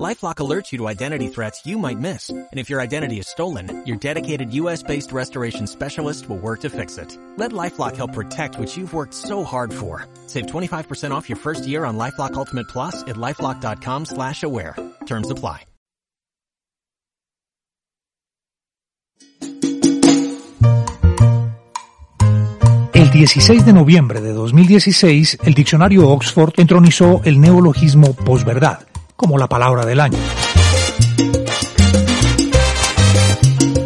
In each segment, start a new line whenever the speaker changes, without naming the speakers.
LifeLock alerts you to identity threats you might miss, and if your identity is stolen, your dedicated U.S.-based restoration specialist will work to fix it. Let LifeLock help protect what you've worked so hard for. Save 25% off your first year on LifeLock Ultimate Plus at lifeLock.com/slash-aware. Terms apply.
El 16 de noviembre de 2016, el diccionario Oxford entronizó el neologismo posverdad como la palabra del año.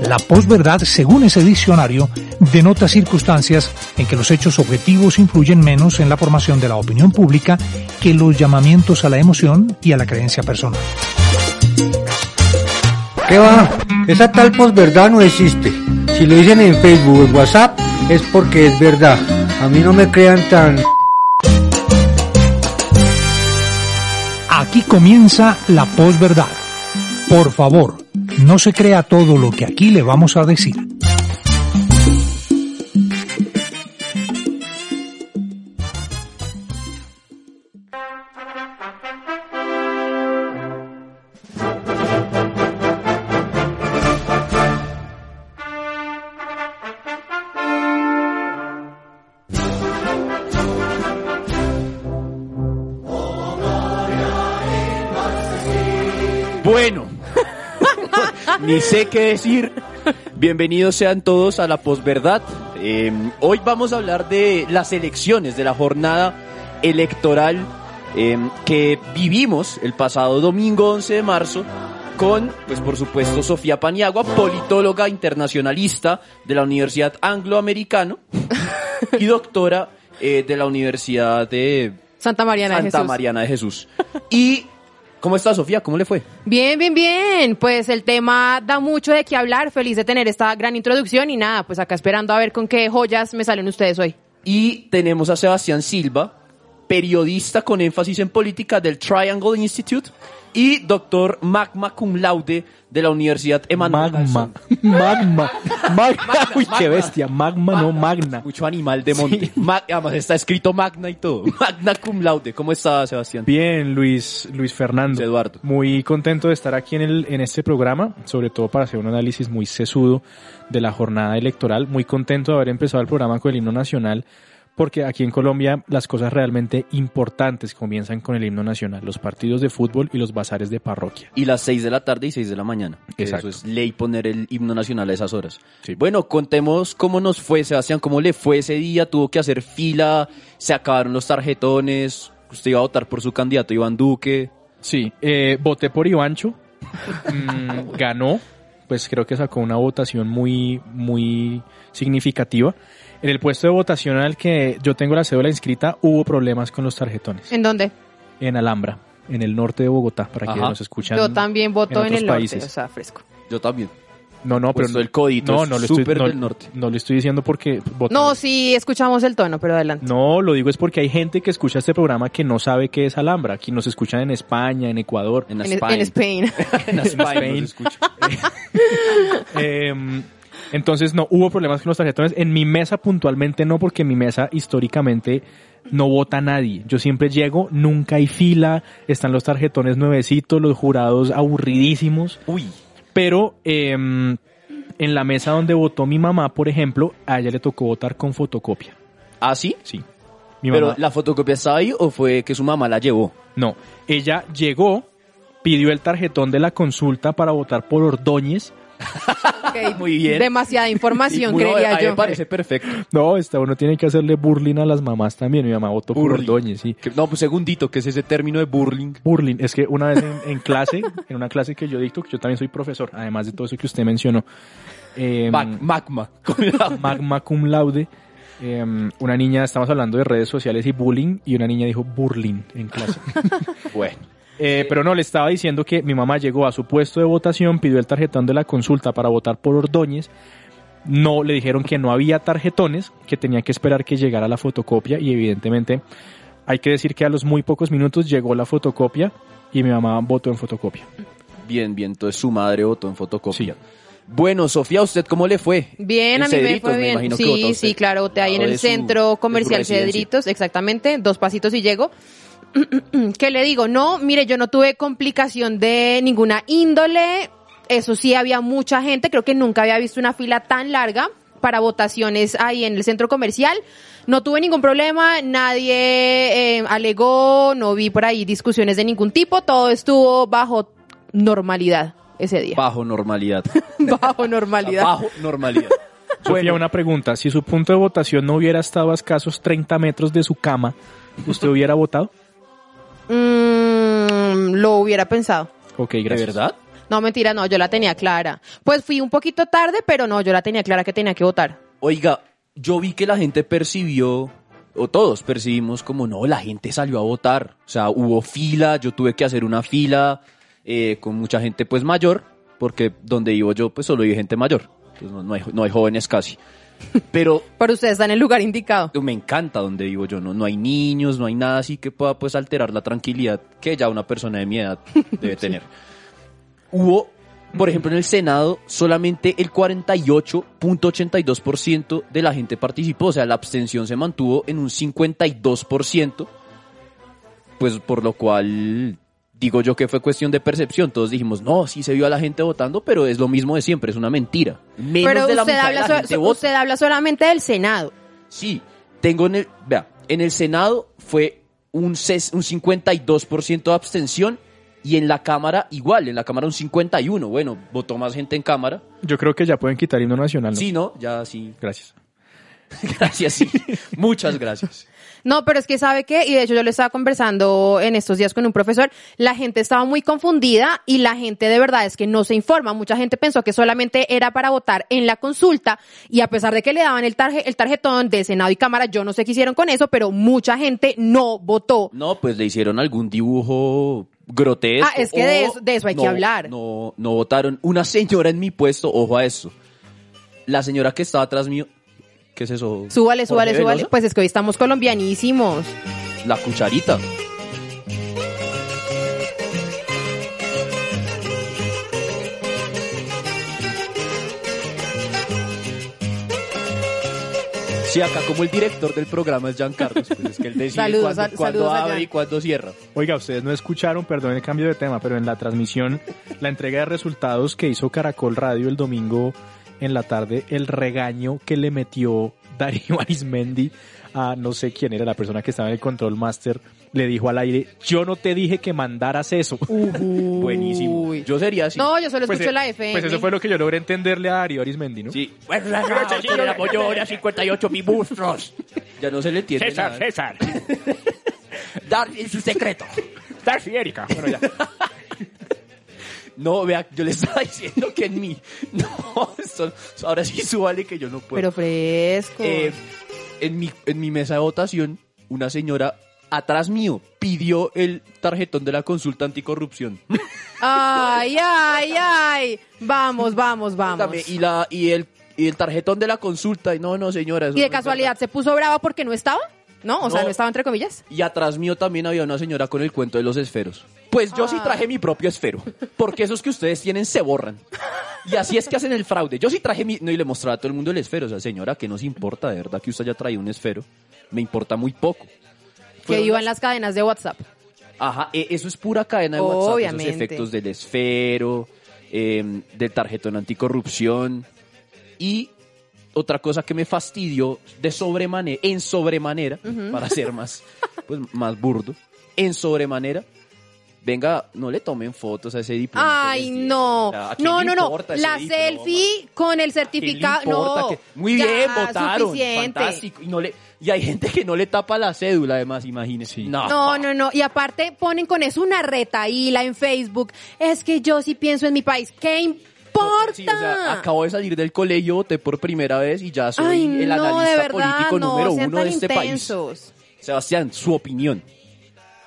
La posverdad, según ese diccionario, denota circunstancias en que los hechos objetivos influyen menos en la formación de la opinión pública que los llamamientos a la emoción y a la creencia personal.
¿Qué va? Esa tal posverdad no existe. Si lo dicen en Facebook o en WhatsApp es porque es verdad. A mí no me crean tan...
Aquí comienza la posverdad. Por favor, no se crea todo lo que aquí le vamos a decir.
Bueno, ni sé qué decir. Bienvenidos sean todos a la posverdad. Eh, hoy vamos a hablar de las elecciones, de la jornada electoral eh, que vivimos el pasado domingo 11 de marzo con, pues por supuesto, Sofía Paniagua, politóloga internacionalista de la Universidad Angloamericana y doctora eh, de la Universidad de
Santa Mariana de
Santa
Jesús.
Mariana de Jesús. Y, ¿cómo está Sofía? ¿Cómo le fue?
Bien, bien, bien. Pues el tema da mucho de qué hablar. Feliz de tener esta gran introducción y nada, pues acá esperando a ver con qué joyas me salen ustedes hoy.
Y tenemos a Sebastián Silva, periodista con énfasis en política del Triangle Institute y doctor magma cum laude de la Universidad Emanuel.
Magma.
Carlson.
Magma. Magma. Uy, qué
magna.
bestia. Magma, no magna.
Mucho animal de monte. Ma- Además está escrito magna y todo. Magna cum laude. ¿Cómo está Sebastián?
Bien, Luis, Luis Fernando.
Eduardo.
Muy contento de estar aquí en, el, en este programa, sobre todo para hacer un análisis muy sesudo de la jornada electoral. Muy contento de haber empezado el programa con el himno nacional, porque aquí en Colombia las cosas realmente importantes comienzan con el himno nacional, los partidos de fútbol y los bazares de parroquia.
Y las 6 de la tarde y 6 de la mañana. Que
Exacto.
Eso es ley poner el himno nacional a esas horas.
Sí.
Bueno, contemos cómo nos fue, Sebastián, cómo le fue ese día, tuvo que hacer fila, se acabaron los tarjetones, usted iba a votar por su candidato Iván Duque.
Sí, eh, voté por Ivancho, Mm, ganó, pues creo que sacó una votación muy, muy significativa. En el puesto de votación al que yo tengo la cédula inscrita hubo problemas con los tarjetones
¿En dónde?
en Alhambra, en el norte de Bogotá, para que
Ajá.
nos escuchan.
Yo también voto en,
otros
el norte,
países.
o sea, fresco.
Yo también.
No, no, pero
Puesto Pues el codito
no,
es
no lo estoy,
súper
no,
del norte.
no lo estoy diciendo porque voté.
No, sí, escuchamos el tono, pero adelante.
No, lo digo es porque hay gente que escucha este programa que no sabe qué es Alhambra. Aquí nos escuchan en España, en Ecuador,
En
En-
España.
en Spain.
En Spain.
Spain.
nos escucha.
Eh, entonces, no, hubo problemas con los tarjetones. En mi mesa puntualmente no, porque en mi mesa históricamente no vota nadie. Yo siempre llego, nunca hay fila, están los tarjetones nuevecitos, los jurados aburridísimos.
Uy.
Pero eh, en la mesa donde votó mi mamá, por ejemplo, a ella le tocó votar con fotocopia.
¿Ah, sí?
Sí. Mi
pero
mamá-
la fotocopia estaba ahí o fue que su mamá la llevó.
No, ella llegó, pidió el tarjetón de la consulta para votar por Ordóñez.
Ok,
Muy bien.
Demasiada información,
Bueno,
creería
ahí
Ah, yo.
me parece perfecto.
No, esta uno tiene que hacerle burling a las mamás también. Mi mamá votó por
Burling.
Ordóñez, sí.
Que- No, pues segundito, que es ese término de burling.
Burling, es que una vez en, en clase, en una clase que yo dicto, que yo también soy profesor, además de todo eso que usted mencionó, eh,
Mag- magma.
magma cum laude, eh, una niña, estamos hablando de redes sociales y bullying, y una niña dijo burling en clase.
bueno.
Eh, pero no, le estaba diciendo que mi mamá llegó a su puesto de votación, pidió el tarjetón de la consulta para votar por Ordóñez. No, le dijeron que no había tarjetones, que tenía que esperar que llegara la fotocopia y evidentemente hay que decir que a los muy pocos minutos llegó la fotocopia y mi mamá votó en fotocopia.
Bien, bien, entonces su madre votó en fotocopia. Bueno, Sofía, ¿a usted cómo le fue?
Bien,
En
a mí me
Cedritos,
fue bien.
imagino que votó
Sí,
usted.
sí, claro, boté ahí en
Al lado
el
de su- de
centro
su
comercial
residencia.
Cedritos, exactamente, dos pasitos y llego. ¿Qué le digo? No, mire, yo no tuve complicación de ninguna índole. Eso sí, había mucha gente. Creo que nunca había visto una fila tan larga para votaciones ahí en el centro comercial. No tuve ningún problema, nadie eh, alegó, no vi por ahí discusiones de ningún tipo. Todo estuvo bajo normalidad ese día.
Bajo normalidad.
bajo normalidad.
Bajo normalidad.
Sofía, una pregunta. Si su punto de votación no hubiera estado a escasos 30 metros de su cama, ¿usted hubiera votado?
Mm, lo hubiera pensado.
Ok,
¿De
gracias.
verdad?
No, mentira, no, yo la tenía clara. Pues fui un poquito tarde, pero no, yo la tenía clara que tenía que votar.
Oiga, yo vi que la gente percibió, o todos percibimos como, no, la gente salió a votar. O sea, hubo fila, yo tuve que hacer una fila eh, con mucha gente pues mayor, porque donde vivo yo pues solo vive gente mayor. Entonces no, no hay, no hay jóvenes casi. Pero
Pero usted está en el lugar indicado.
me encanta donde vivo yo, no, no hay niños, no hay nada así que pueda pues alterar la tranquilidad que ya una persona de mi edad debe tener. Hubo, por ejemplo, en el Senado solamente el 48.82% de la gente participó, o sea, la abstención se mantuvo en un 52%, pues por lo cual digo yo que fue cuestión de percepción, todos dijimos, "No, sí se vio a la gente votando, pero es lo mismo de siempre, es una mentira." Menos
Pero
de la
usted
mitad de la
habla, so-
gente
so-
vota.
usted habla solamente del Senado.
Sí, tengo en el. Vea, en el Senado fue un, ses- un 52% de abstención y en la Cámara igual, en la Cámara un 51%. Bueno, votó más gente en Cámara.
Yo creo que ya pueden quitar himno nacional. ¿no?
Sí, ¿no? Ya sí.
Gracias.
Gracias, sí. Muchas gracias.
No, pero es que sabe qué, y de hecho yo lo estaba conversando en estos días con un profesor, la gente estaba muy confundida y la gente de verdad es que no se informa. Mucha gente pensó que solamente era para votar en la consulta y a pesar de que le daban el, tarje- el tarjetón de Senado y Cámara, yo no sé qué hicieron con eso, pero mucha gente no votó.
No, pues le hicieron algún dibujo grotesco.
Ah, es que de
o
eso- de eso hay que
no-
hablar.
No, no votaron. Una señora en mi puesto, ojo a eso. La señora que estaba atrás mío. ¿Qué es eso?
Súbale, súbale,
Jorge
súbale.
Veloso?
Pues es que hoy estamos colombianísimos.
La cucharita. Sí, acá como el director del programa es Jean Carlos, pues es que él decide
Saludos,
cuándo,
sal-
cuándo
saludos a
abre
Jean.
y cuándo cierra.
Oiga, ustedes no escucharon, perdón el cambio de tema, pero en la transmisión, la entrega de resultados que hizo Caracol Radio el domingo en la tarde, el regaño que le metió Darío Arismendi a no sé quién era la persona que estaba en el control master, le dijo al aire, yo no te dije que mandaras eso.
Buenísimo.
Uy.
Yo sería así.
No, yo solo
Pues,
escucho
eh,
la FM.
Pues eso fue lo que yo logré entenderle a Darío Arismendi, ¿no?
Sí. Bueno, la la apoyó ahora 58 mil monstruos. Ya no se le entiende nada.
César,
Dar su secreto.
Darcy Erika. Bueno, ya.
No, vea, yo le estaba diciendo que en mí. No, eso- ahora sí súbale que yo no puedo.
Pero fresco.
Eh, en, mi, en mi mesa de votación, una señora atrás mío pidió el tarjetón de la consulta anticorrupción.
Ay, ay, ay. Vamos, vamos, vamos.
Y, la, y, el, y el tarjetón de la consulta. Y no, no, señora. eso
Y de
no es
casualidad,
verdad.
¿se puso brava porque no estaba? ¿No? O sea,
No.
no estaba entre comillas.
Y atrás mío también había una señora con el cuento de los esferos. Pues yo sí traje mi propio esfero. Porque esos que ustedes tienen se borran. Y así es que hacen el fraude. Yo sí traje mi. No, y le mostraba a todo el mundo el esfero. O sea, señora, que nos importa, de verdad, que usted haya traído un esfero. Me importa muy poco.
Que
Fueron
iba en las cadenas de WhatsApp.
Ajá, e- eso es pura cadena de WhatsApp.
Obviamente.
Esos efectos del esfero, em, del tarjetón anticorrupción. Y otra cosa que me fastidió de sobremanera, en sobremanera, para ser más, pues, más burdo, en sobremanera. Venga, no le tomen fotos a ese diploma. pues que
Ay,
les dieron.
no.
O sea, ¿a quién
No,
le
no, no.
importa ese
La
diploma?
selfie con el certificado.
¿Qué le importa
No.
que- Muy
Ya,
bien, votaron.
Suficiente.
Fantástico. Y, no le, y hay gente que no le tapa la cédula, además, imagínense. No,
No, no, no. Y aparte ponen con eso una retaíla en Facebook. Es que yo sí pienso en mi país. ¿Qué importa?
Sí, o sea, acabo de salir del colegio, voté por primera vez y ya soy el analista político número
sean
uno
tan
de este
intensos.
país. Sebastián, su opinión.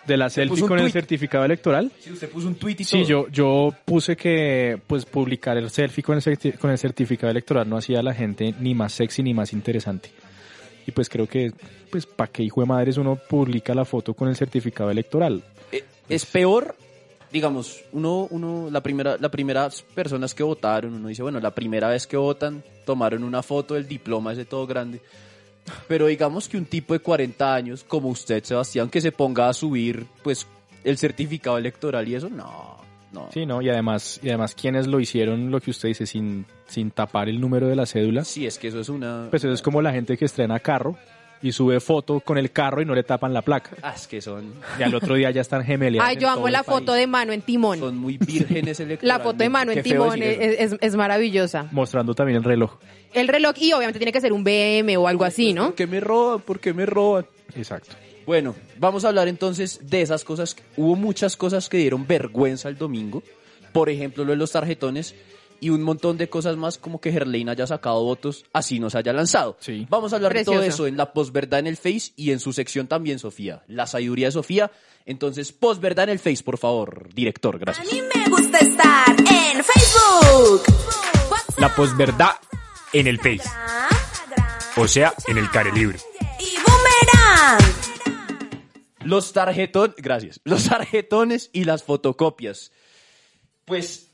De la
puso
selfie
un
con el
tuit.
certificado electoral.
Sí, usted puso un tweet y
Sí, yo, yo puse que pues publicar el selfie con el, certi- con el certificado electoral no hacía a la gente ni más sexy ni más interesante. Y pues creo que, pues, ¿para qué hijo de madres uno publica la foto con el certificado electoral?
es Eh, peor digamos, uno, uno, la primera, las primeras personas que votaron, uno dice, bueno, la primera vez que votan, tomaron una foto del diploma ese todo grande. Pero digamos que un tipo de 40 años, como usted, Sebastián, que se ponga a subir, pues, el certificado electoral y eso, no, no.
Sí, ¿no? Y además, y además quienes lo hicieron, lo que usted dice, sin, sin tapar el número de la cédula,
Sí, es que eso es una...
pues eso es como la gente que estrena carro y sube foto con el carro y no le tapan la placa.
Ah, es que son,
Y al otro día ya están gemelas.
Ay, yo amo la foto de mano en timón.
son muy vírgenes
La
electoralmente.
foto de mano en
Qué feo
timón
decir eso.
es, es- es maravillosa.
Mostrando también el reloj.
El reloj, y obviamente tiene que ser un BM o algo así, ¿no?
¿Por qué me roban? ¿Por qué me roban?
Exacto.
Bueno, vamos a hablar entonces de esas cosas. Hubo muchas cosas que dieron vergüenza el domingo. Por ejemplo, lo de los tarjetones y un montón de cosas más como que Gerlein haya sacado votos, así nos haya lanzado.
Sí.
Vamos a hablar de todo
Precioso.
eso en la posverdad en el Face y en su sección también, Sofía. La sabiduría de Sofía. Entonces, posverdad en el Face, por favor, director. Gracias.
A mí me gusta estar en Facebook.
La posverdad en el Face, o sea, en el care libre.
Y Boomerang.
Los tarjetones, gracias. Los tarjetones y las fotocopias. Pues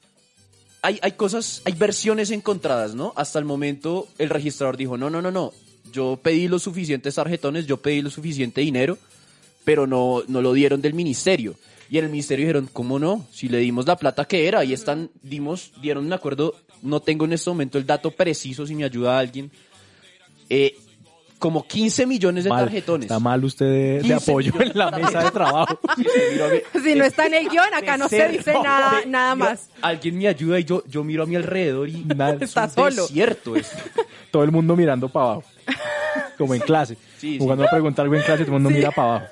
hay, hay cosas, hay versiones encontradas, ¿no? Hasta el momento el registrador dijo, no, no, no, no, yo pedí los suficientes tarjetones, yo pedí lo suficiente dinero, pero no, no lo dieron del ministerio. Y en el ministerio dijeron, ¿cómo no? Si le dimos la plata que era, ahí están, dimos, dieron un acuerdo, no tengo en este momento el dato preciso, si me ayuda alguien, Eh, como 15 millones de
Mal.
tarjetones.
Está mal usted de, de
15
apoyo en la
millones.
mesa de trabajo.
Miro a mi-
Si no está en el guión, acá
de
no se
cerca.
dice nada,
De-
nada
yo-
más.
Alguien me ayuda y yo, yo miro a mi alrededor y
Nada.
Está
es un
solo.
desierto esto.
Todo el mundo mirando para abajo. Como en clase.
Sí, sí.
Jugando a preguntar algo en clase, todo el mundo mira para abajo.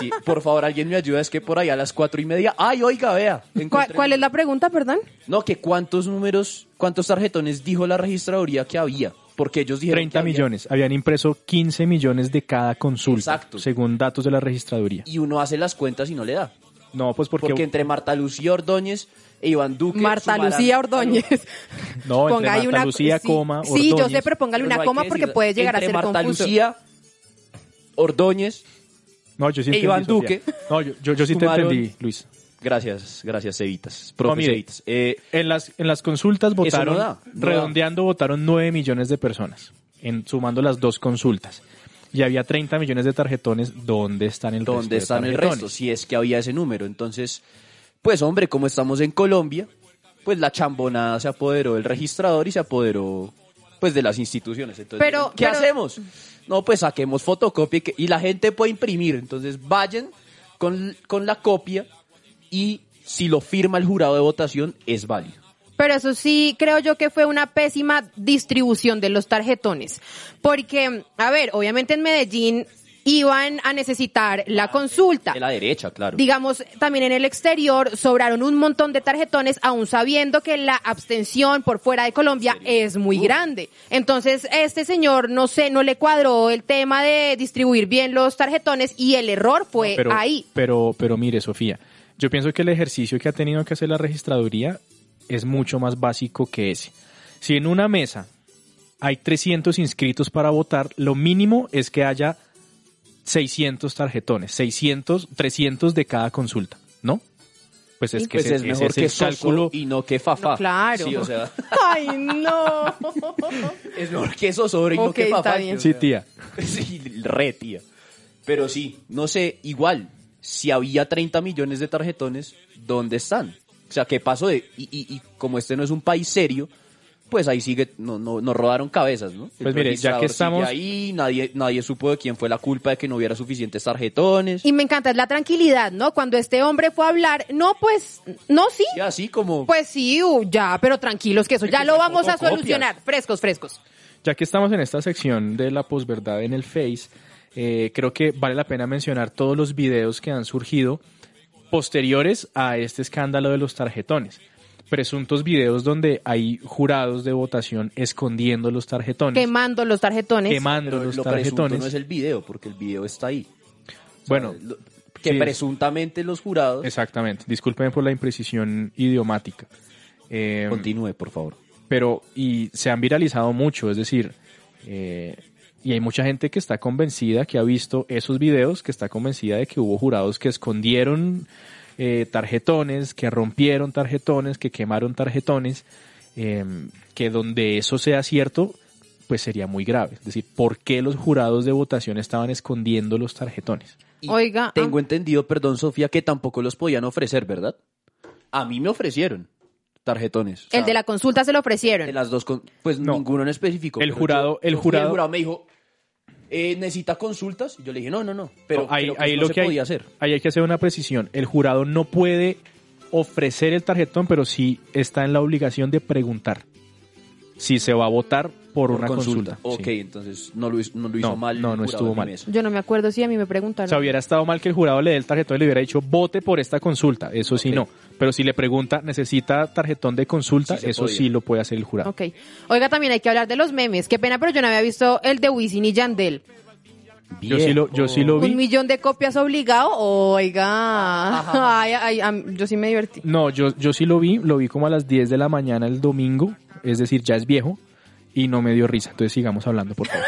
Sí, por favor, alguien me ayuda. Es que por allá a las cuatro y media. Ay, oiga, vea.
¿Cuál,
encontré-
cuál es la pregunta, perdón?
No, que cuántos números, cuántos tarjetones dijo la registraduría que había. Porque ellos dijeron.
30
que había-
millones. Habían impreso 15 millones de cada consulta.
Exacto.
Según datos de la registraduría.
Y uno hace las cuentas y no le da.
No, pues porque.
Porque, entre Marta Lucía Ordóñez e Iván Duque.
Marta
sumarán-
Lucía Ordóñez.
no, entre
Ponga ahí
Marta
una-
Lucía,
sí,
coma.
sí, yo
Ordóñez.
sé, pero póngale
Pero
una
no hay
coma
que
porque
decir-
puede llegar a
entre
ser
Marta
confuso.
Lucía Ordóñez.
No, yo sí
e
entendí,
Iván
Sofía.
Duque.
No, yo, yo, yo sí te
Sumaron-
entendí, Luis.
Gracias, gracias, Cevitas. Profe
mire,
Cevitas. Eh,
En las, en las consultas votaron,
no da, no
redondeando, votaron 9 millones de personas, en, sumando las dos consultas. Y había 30 millones de tarjetones. ¿Dónde están el resto?
¿Dónde
de
están el
tarjetones?
resto? Si es que había ese número. Entonces, pues hombre, como estamos en Colombia, pues la chambonada se apoderó del registrador y se apoderó pues de las instituciones. Entonces,
Pero-
¿qué
pero-
hacemos? No, pues saquemos fotocopia y, que- y la gente puede imprimir. Entonces, vayan con, con la copia y si lo firma el jurado de votación, es válido.
Pero eso sí, creo yo que fue una pésima distribución de los tarjetones. Porque, a ver, obviamente en Medellín iban a necesitar la consulta.
De la derecha, claro.
Digamos, también en el exterior sobraron un montón de tarjetones, aún sabiendo que la abstención por fuera de Colombia es muy grande. Entonces, este señor, no sé, no le cuadró el tema de distribuir bien los tarjetones y el error fue
pero,
Eh, ahí.
Pero, pero mire, Sofía, yo pienso que el ejercicio que ha tenido que hacer la registraduría es mucho más básico que ese. Si en una mesa hay 300 inscritos para votar, lo mínimo es que haya 600 tarjetones, 600, 300 de cada consulta, ¿no? Pues es que
pues
ese-
es
ese
mejor
es
que
el
Soso
cálculo.
y no que Fafa.
No, claro.
Sí, o sea,
Ay, no.
es mejor que eso sobre y
Ok,
no que
está
Fafa.
bien.
o
Sí,
sea.
tía.
Sí, re, tía. Pero sí, no sé, igual, si había 30 millones de tarjetones, ¿dónde están? O sea, ¿qué pasó? De, y, y- y como este no es un país serio, pues ahí sigue, no, no, nos rodaron cabezas, ¿no? El
Pues mire, ya que
registrador sigue
estamos-
Ahí nadie, nadie supo de quién fue la culpa de que no hubiera suficientes tarjetones.
Y me encanta es la tranquilidad, ¿no? Cuando este hombre fue a hablar, no, pues, no, sí.
Y así como...
Pues sí, uh, ya, pero tranquilos que eso ya lo vamos a
fotocopias.
solucionar. Frescos, frescos.
Ya que estamos en esta sección de la posverdad en el Face, eh, creo que vale la pena mencionar todos los videos que han surgido posteriores a este escándalo de los tarjetones. Presuntos videos donde hay jurados de votación escondiendo los tarjetones,
Quemando los tarjetones.
quemando
pero
los
lo presunto
tarjetones.
no es el video, porque el video está ahí.
Bueno,
Lo- que
sí.
presuntamente los jurados...
exactamente. Disculpen por la imprecisión idiomática. Eh,
Continúe, por favor.
pero y se han viralizado mucho, es decir, eh, y hay mucha gente que está convencida, que ha visto esos videos, que está convencida de que hubo jurados que escondieron eh, tarjetones, que rompieron tarjetones, que quemaron tarjetones, eh, que donde eso sea cierto, pues sería muy grave. Es decir, ¿por qué los jurados de votación estaban escondiendo los tarjetones?
Y
Oiga,
Tengo
ah.
entendido, perdón, Sofía, que tampoco los podían ofrecer, ¿verdad? A mí me ofrecieron tarjetones. O sea,
El de la consulta se lo ofrecieron.
de las dos, con- pues
No.
ninguno en específico.
El
pero
jurado- el
fui
jurado-
el jurado me dijo, eh, ¿necesita consultas? Y yo le dije, no, no, no. Pero
ahí,
creo que
ahí
no
lo
se
que hay,
podía hacer.
ahí hay que hacer una precisión. El jurado no puede ofrecer el tarjetón, pero sí está en la obligación de preguntar si se va a votar por, una consulta.
Ok,
sí.
entonces no lo hizo, no lo hizo
No,
mal.
no,
el
no
jurado
estuvo
ni
mal.
eso.
Yo no me acuerdo si a mí me preguntaron.
O sea, hubiera estado mal que el jurado le dé el tarjetón y le hubiera dicho vote por esta consulta. Eso sí,
Ok.
no. Pero si le pregunta, necesita tarjetón de consulta,
Sí se
eso
podía.
sí lo puede hacer el jurado.
Ok. Oiga, también hay que hablar de los memes. Qué pena, pero yo no había visto el de Wisin y Yandel.
Yo sí lo, yo sí lo
Un
vi.
millón de copias obligado. Oiga. Ay, ay, am- yo sí me divertí.
No, yo, yo sí lo vi, lo vi como a las 10 de la mañana el domingo, es decir, ya es viejo y no me dio risa. Entonces sigamos hablando, por favor.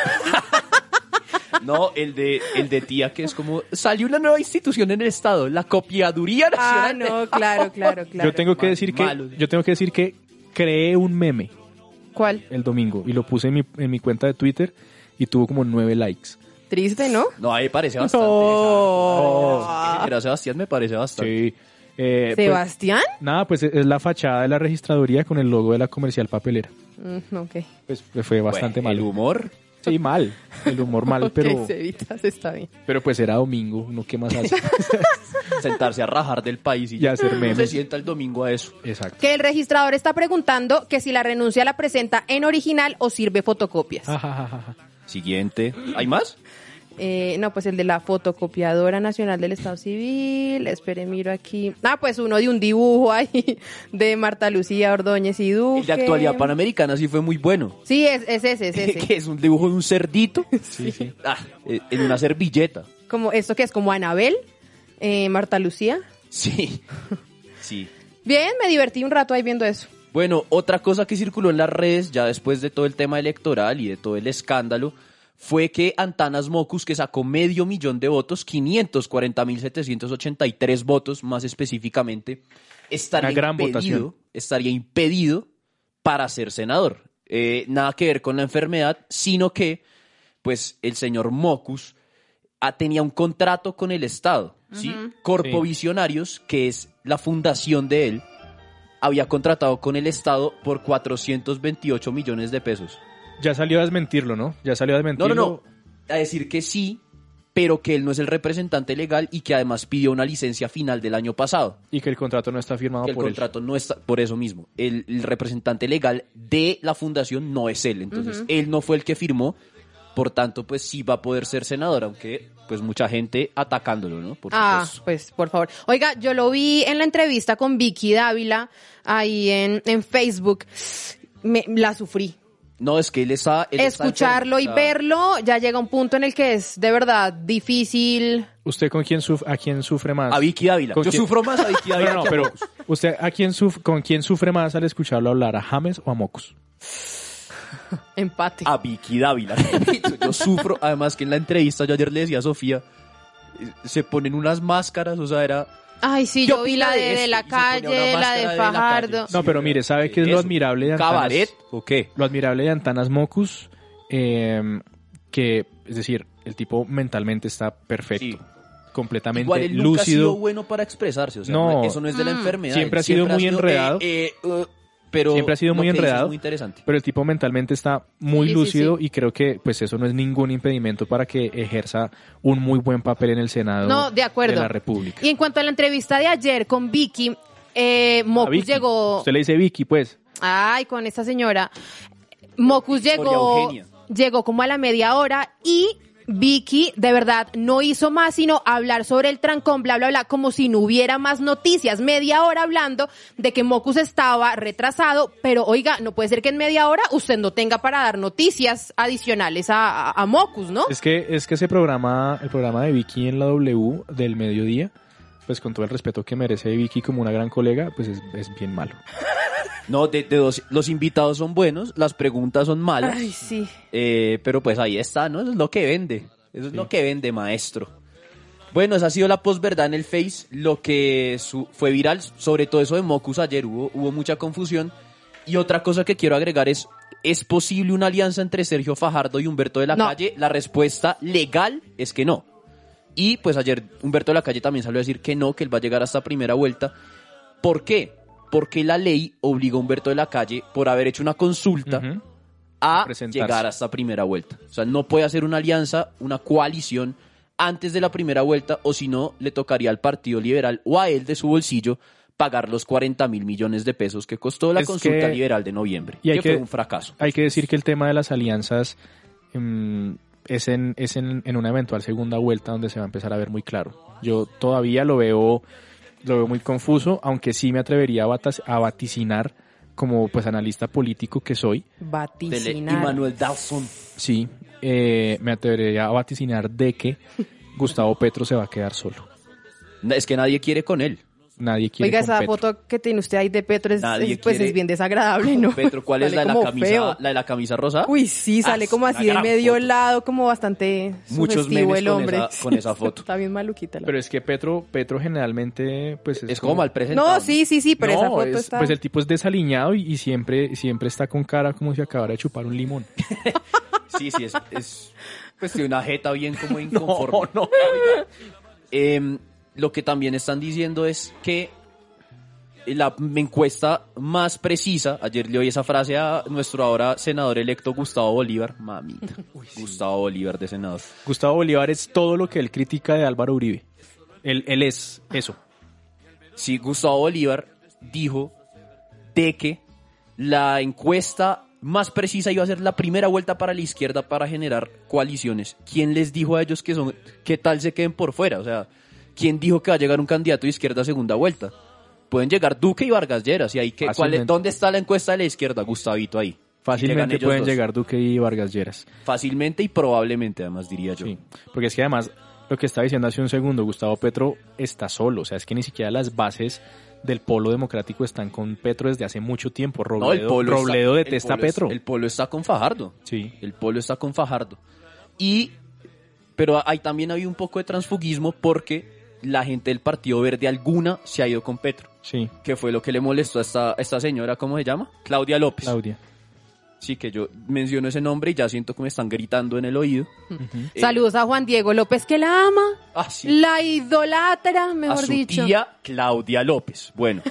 No, el de, el de tía que es como, salió una nueva institución en el Estado, la copiaduría
Ah,
nacional.
no, claro, claro, claro.
yo tengo que
mal-
decir que
malo.
yo tengo que decir que creé un meme
¿Cuál?
el domingo y lo puse en mi, en mi cuenta de Twitter y tuvo como nueve likes.
Triste, ¿no?
No, ahí parece bastante. esa- Era Sebastián, me parece bastante.
Ah. Sí. Eh, pues,
¿Sebastián?
nada, pues es la fachada de la registraduría con el logo de la comercial papelera.
Mm, ok.
Pues fue bastante
Bueno, El
mal.
humor.
Sí, mal. El humor mal,
Ok,
pero,
Cevitas, está bien.
pero pues era domingo, uno qué más hace.
sentarse a rajar del país y,
Y hacer memes.
Se sienta el domingo a eso.
Exacto.
Que el registrador está preguntando que si la renuncia la presenta en original o sirve fotocopias.
Ah. Ajajajaja.
Siguiente. ¿Hay más?
Eh, no, pues el de la fotocopiadora nacional del Estado Civil. Espere, miro aquí. Ah, pues uno de un dibujo ahí de Marta Lucía Ordóñez y Duque.
El de actualidad panamericana sí fue muy bueno.
Sí, es, es ese, es ese.
que es un dibujo de un cerdito Ah, eh, en una servilleta.
como esto que es como Anabel, eh, Marta Lucía.
Sí. Sí.
Bien, me divertí un rato ahí viendo eso.
Bueno, otra cosa que circuló en las redes ya después de todo el tema electoral y de todo el escándalo fue que Antanas Mocus, que sacó medio millón de votos, 540.783 votos más específicamente, estaría,
Una gran votación.
impedido, estaría impedido para ser senador. Eh, nada que ver con la enfermedad, sino que pues el señor Mocus ah, tenía un contrato con el Estado, ¿sí? Corpovisionarios, que es la fundación de él, había contratado con el Estado por 428 millones de pesos.
Ya salió a desmentirlo, ¿no? Ya salió a
No,
desmentirlo.
no, no. A decir que sí, pero que él no es el representante legal y que además pidió una licencia final del año pasado.
Y que el contrato no está firmado
que el
Ah, por él.
contrato no está por eso mismo. El, el representante legal de la fundación no es él. Entonces, él no fue el que firmó. Por tanto, pues sí va a poder ser senador, aunque pues mucha gente atacándolo, ¿no? Por
Ah,
supuesto.
pues por favor. Oiga, yo lo vi en la entrevista con Vicky Dávila ahí en, en Facebook. Me, la sufrí.
No, es que él está... él está
Escucharlo y
enfermo, está-
verlo ya llega un punto en el que es de verdad difícil.
¿Usted con quién suf- a quién sufre más?
A Vicky Dávila.
¿Con
Yo
quién?
sufro más a Vicky
No,
Dávila.
no, no,
que a
pero
Mocus.
¿usted a quién suf- con quién sufre más al escucharlo hablar? ¿A James o a Mocus?
Empate.
a Vicky Dávila. Repito, yo sufro, además que en la entrevista yo ayer le decía a Sofía, eh, se ponen unas máscaras, o sea, era...
Ay, sí,
¿Qué
yo vi
opina
la de,
de
de
esto?
la
Y se ponía una
calle, la
máscara de
de
la
Fajardo.
calle.
No,
Sí,
pero
pero
mire, ¿sabe qué es lo
eso,
admirable de Antanas?
¿Cabaret o qué?
Lo admirable de Antanas Mocus, eh, que, es decir, el tipo mentalmente está perfecto,
Sí.
completamente
Igual él nunca ha sido
lúcido.
bueno para expresarse, o sea,
No.
no, eso no es de la enfermedad.
Siempre ha
él
sido muy enredado.
eh, eh, uh, pero
Siempre ha sido
lo
muy
que dice es
enredado.
muy interesante.
Pero el tipo mentalmente está
Sí,
muy
sí,
lúcido
sí.
y creo que pues eso no es ningún impedimento para que ejerza un muy buen papel en el Senado
No, de acuerdo.
la República.
Y en cuanto a la entrevista de ayer con Vicky, eh,
A
Mocus
Vicky.
llegó.
Usted le dice Vicky, pues.
Ay, con esta señora. Mocus llegó,
Eugenia.
llegó como a la media hora y Vicky de verdad no hizo más sino hablar sobre el trancón, bla, bla, bla, como si no hubiera más noticias. Media hora hablando de que Mocus estaba retrasado, pero oiga, no puede ser que en media hora usted no tenga para dar noticias adicionales a, a- a Mocus, ¿no?
Es que, es que ese programa, el programa de Vicky en la W del mediodía, pues con todo el respeto que merece Vicky como una gran colega, pues es, es bien malo.
No, de, de dos, los invitados son buenos, las preguntas son malas,
Ay, sí.
eh, pero pues ahí está, ¿no? Eso es lo que vende, eso es lo que vende, maestro. Bueno, esa ha sido la posverdad en el Face, lo que su- fue viral, sobre todo eso de Mocus ayer, hubo, hubo mucha confusión. Y otra cosa que quiero agregar es, ¿es posible una alianza entre Sergio Fajardo y Humberto de la
No.
Calle? La respuesta legal es que no. Y pues ayer Humberto de la Calle también salió a decir que no, que él va a llegar hasta primera vuelta. ¿Por qué? Porque la ley obligó a Humberto de la Calle, por haber hecho una consulta,
Ujú.
a
presentarse.
llegar hasta primera vuelta. O sea, no puede hacer una alianza, una coalición antes de la primera vuelta, o si no, le tocaría al Partido Liberal o a él de su bolsillo pagar los 40 mil millones de pesos que costó la
Es
consulta
que-
liberal de noviembre,
y hay
que fue
que-
un fracaso.
Hay que decir que el tema de las alianzas mm, es, en, es en, en una eventual segunda vuelta donde se va a empezar a ver muy claro. Yo todavía lo veo, lo veo muy confuso, aunque sí me atrevería a, batas- a vaticinar como pues analista político que soy,
Dele, Y
Vaticinar.
Manuel Dawson.
sí, eh, me atrevería a vaticinar de que Gustavo Petro se va a quedar solo.
Na- Es que nadie quiere con él.
Nadie quiere
Oiga,
con
esa
Petro.
foto que tiene usted ahí de Petro es,
Nadie
es- pues
quiere-
es bien desagradable, ¿no?
Petro, ¿cuál es
Sale
la de la
como
camisa,
feo.
la de la camisa rosa?
Uy, sí, sale
Ah,
como
es
así de
una gran
medio
foto.
lado, como bastante
Muchos
sugestivo
memes
el
con
hombre.
esa- con esa foto.
Está bien maluquita la
Pero es que Petro, Petro generalmente pues es,
Es como al presentado.
No, sí, sí, sí, pero
No,
esa foto
es-
está...
Pues el tipo es desaliñado y, y siempre, siempre está con cara como si acabara de chupar un limón.
Sí, sí, es, es pues de una jeta bien como inconforme.
no.
Em, lo que también están diciendo es que la encuesta más precisa, ayer le oí esa frase a nuestro ahora senador electo Gustavo Bolívar, mamita, Gustavo Bolívar de senador.
Gustavo Bolívar es todo lo que él critica de Álvaro Uribe. Él, él es eso.
Sí, Gustavo Bolívar dijo de que la encuesta más precisa iba a ser la primera vuelta para la izquierda para generar coaliciones. ¿Quién les dijo a ellos que son, qué tal se queden por fuera? O sea, ¿quién dijo que va a llegar un candidato de izquierda a segunda vuelta? Pueden llegar Duque y Vargas Lleras. ¿Y ahí qué, cuál es-
Fácilmente.
¿Dónde está la encuesta de la izquierda, Gustavito, ahí? Y llegan
Fácilmente
ellos
pueden
dos.
llegar Duque y Vargas Lleras.
Fácilmente y probablemente, además, diría yo.
Sí. Porque es que además, lo que estaba diciendo hace un segundo, Gustavo Petro está solo. O sea, es que ni siquiera las bases del polo democrático están con Petro desde hace mucho tiempo. Robledo,
No, el polo está-
Robledo
el
detesta a
polo es-
Petro.
el polo está con Fajardo.
Sí.
El polo está con Fajardo. Y, pero ahí también había un poco de transfugismo porque la gente del Partido Verde alguna se ha ido con Petro,
Sí,
que fue lo que le molestó a esta, a esta señora, ¿cómo se llama? Claudia López.
Claudia.
Sí, que yo menciono ese nombre y ya siento que me están gritando en el oído. Eh,
Saludos a Juan Diego López, que la ama,
Ah, sí.
la idolatra,
a
mejor
su
dicho.
tía Claudia López. Bueno,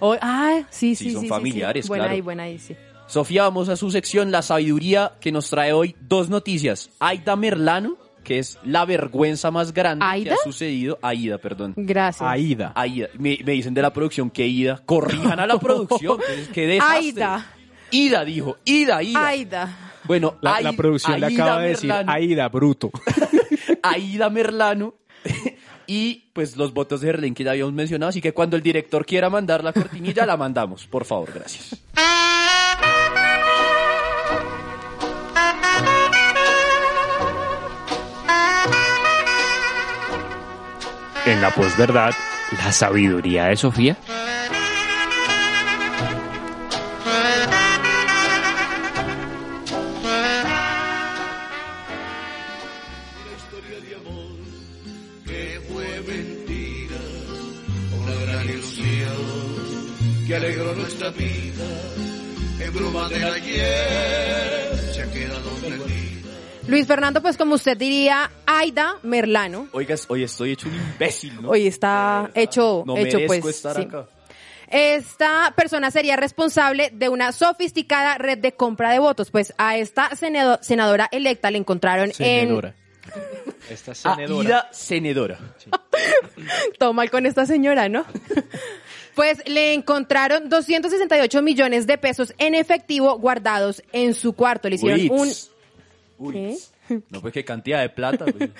O- ah, sí, sí,
Sí,
sí.
son
sí, sí.
familiares,
Buena
claro.
ahí, buena ahí, sí.
Sofía, vamos a su sección, la sabiduría que nos trae hoy dos noticias. Aida Merlano, que es la vergüenza más grande que
¿Aida?
ha sucedido. Aida, perdón.
Gracias.
Aida.
Aida. Me, me dicen de la producción que Ida. Corrijan a la producción. que- que desastre.
Aida.
Ida dijo. Ida, Ida.
Aida.
Bueno,
La, la
Ai-
producción le
Aida
acaba de decir
Merlano-
Aida, bruto.
Aida Merlano. y pues los votos de Herlín que ya habíamos mencionado. Así que cuando el director quiera mandar la cortinilla, la mandamos. Por favor, gracias.
En la posverdad, la sabiduría de Sofía.
Luis Fernando, pues como usted diría, Aida Merlano.
Oigas, hoy estoy hecho un imbécil, ¿no?
Hoy está hecho,
no
hecho
merezco
pues.
estar
sí.
acá.
Esta persona sería responsable de una sofisticada red de compra de votos. Pues a esta senado- senadora electa le encontraron
Senedora.
Ah,
Esta senedora.
Aida Ah, Senedora.
en. Todo mal con esta señora, ¿no? pues le encontraron 268 millones de pesos en efectivo guardados en su cuarto. Le hicieron un.
Ulitz. Ulitz. No, pues qué cantidad de plata. güey.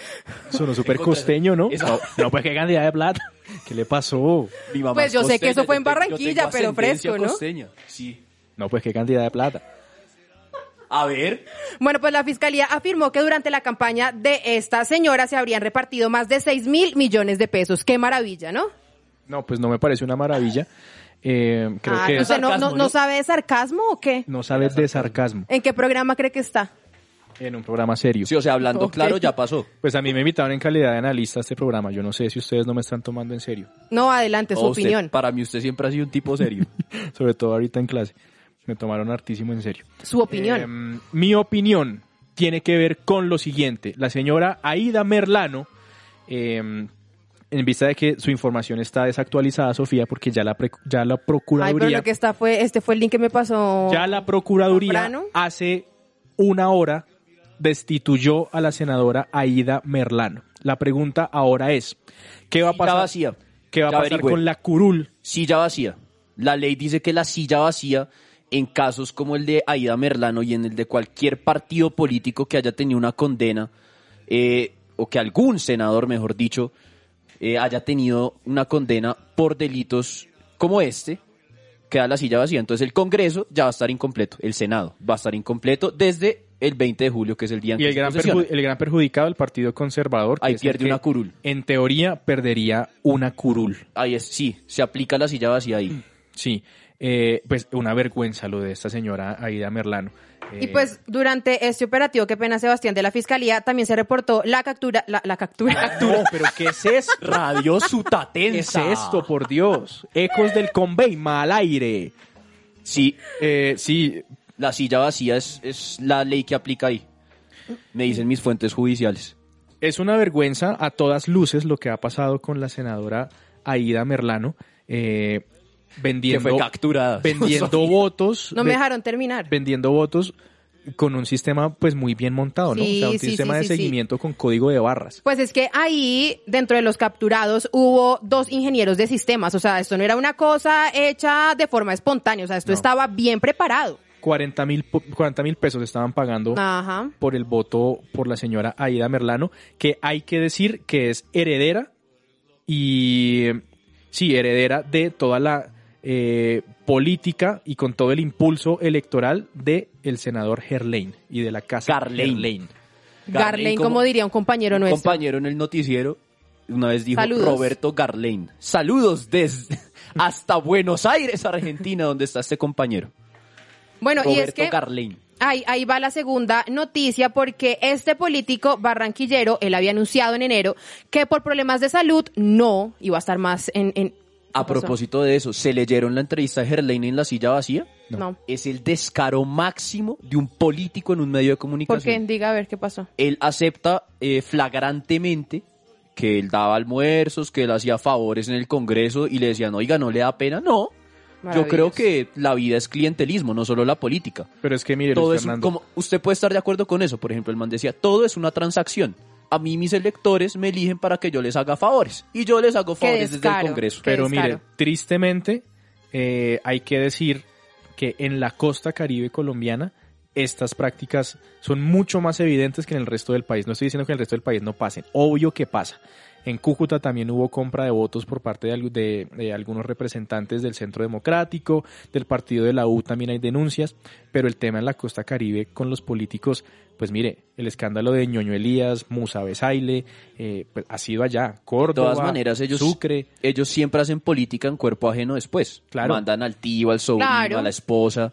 Sonó súper costeño, ¿no?
Esa-
¿no? No, pues qué cantidad de plata. ¿Qué le pasó?
Mi mamá
Pues
es
yo sé que eso
costeña,
fue en
yo te- yo
Barranquilla,
tengo
pero
ascendencia
fresco, ¿no?
costeña. Sí.
No, pues qué cantidad de plata.
A ver,
Bueno, pues la fiscalía afirmó que durante la campaña de esta señora se habrían repartido más de 6 mil millones de pesos. Qué maravilla, ¿no?
No, pues no me parece una maravilla. Eh, creo
Ah,
que
no, sé, no-
sarcasmo,
no-
¿no?
no sabe de sarcasmo o qué?
no sabes de sarcasmo.
¿En qué programa cree que está?
en un programa serio.
Sí, o sea, hablando
Ok.
claro, ya pasó.
Pues a mí me invitaron en calidad de analista a este programa. Yo no sé si ustedes no me están tomando en serio,
No, adelante, su
Oh, usted-
opinión.
para mí usted siempre ha sido un tipo serio.
sobre todo ahorita en clase. Me tomaron hartísimo en serio.
Su opinión.
Eh, mi opinión tiene que ver con lo siguiente. La señora Aida Merlano, eh, en vista de que su información está desactualizada, Sofía, porque ya la, pre- ya la
Ay, pero
Procuraduría...
lo que está fue, este fue el link que me pasó.
Ya la Procuraduría
Temprano.
hace una hora destituyó a la senadora Aida Merlano. La pregunta ahora es, ¿qué va a
Silla
pasar,
vacía.
¿qué va a
Ya
pasar
averigüé.
con la curul?
Silla vacía. La ley dice que la silla vacía, en casos como el de Aida Merlano y en el de cualquier partido político que haya tenido una condena, eh, o que algún senador, mejor dicho, eh, haya tenido una condena por delitos como este, queda la silla vacía. Entonces el Congreso ya va a estar incompleto, el Senado va a estar incompleto desde el 20 de julio, que es el día en
Y
que
el
se
gran,
posesiona.
perju- el gran perjudicado, el Partido Conservador, que
Ahí
es el
pierde
que,
una curul.
En teoría perdería una curul.
Ahí es, sí, se aplica la silla vacía ahí.
Sí, eh, pues una vergüenza lo de esta señora Aida Merlano.
Y
Eh,
pues durante este operativo, qué pena Sebastián, de la Fiscalía, también se reportó la captura, la, la
Eh,
captura,
No, pero ¿qué es esto?
Radio
¿Qué es
Sutatensa.
esto, por Dios? Ecos del convey, mal aire.
Sí,
Eh, sí,
la silla vacía es, es la ley que aplica ahí. Me dicen mis fuentes judiciales.
es una vergüenza a todas luces lo que ha pasado con la senadora Aida Merlano eh,
Que fue
vendiendo,
capturada.
vendiendo votos.
no me
ve-
dejaron terminar.
vendiendo votos con un sistema pues muy bien montado, ¿no?
Sí,
o sea, un
sí,
sistema
sí,
de
sí, sí.
seguimiento con código de barras.
Pues es que ahí, dentro de los capturados, hubo dos ingenieros de sistemas. O sea, esto no era una cosa hecha de forma espontánea. O sea, esto
No.
estaba bien preparado.
40 mil pesos estaban pagando
Ajá.
por el voto por la señora Aida Merlano, que hay que decir que es heredera y sí, heredera de toda la eh, política y con todo el impulso electoral de el senador Gerlain y de la casa
Garlain.
Gerlain.
Garlane, como diría un compañero
un
nuestro.
compañero en el noticiero, una vez dijo
Saludos.
Roberto Garlane. Saludos desde hasta Buenos Aires, Argentina, donde está este compañero.
bueno,
Roberto
y es que
Garlane.
ahí, ahí va la segunda noticia porque este político barranquillero, él había anunciado en enero que por problemas de salud no iba a estar más en... en-
A
¿Qué pasó?
propósito de eso, ¿se leyeron la entrevista de Gerlain en la silla vacía?
No.
Es el descaro máximo de un político en un medio de comunicación.
¿Por qué? Diga a ver qué pasó.
él acepta eh, flagrantemente que él daba almuerzos, que él hacía favores en el Congreso y le decían, oiga, no le da pena. No, yo
Maravilloso.
creo que la vida es clientelismo, no solo la política.
Pero es que mire,
Todo
Luis
es un-
Fernando,
como usted puede estar de acuerdo con eso, por ejemplo, el man decía, todo es una transacción. A mí mis electores me eligen para que yo les haga favores y yo les hago
Qué
favores desde el
descaro.
Congreso.
Qué
Pero mire,
descaro.
tristemente eh, hay que decir que en la costa caribe colombiana estas prácticas son mucho más evidentes que en el resto del país. No estoy diciendo que en el resto del país no pasen, obvio que pasa. En Cúcuta también hubo compra de votos por parte de, algu- de- de algunos representantes del Centro Democrático, del partido de la U también hay denuncias, pero el tema en la costa caribe con los políticos, pues mire, el escándalo de Ñoño Elías, Musa Besaile, eh, pues ha sido allá, Córdoba,
todas maneras, ellos-
Sucre.
Ellos siempre hacen política en cuerpo ajeno después.
Claro.
Mandan al tío, al sobrino,
Claro.
a la esposa.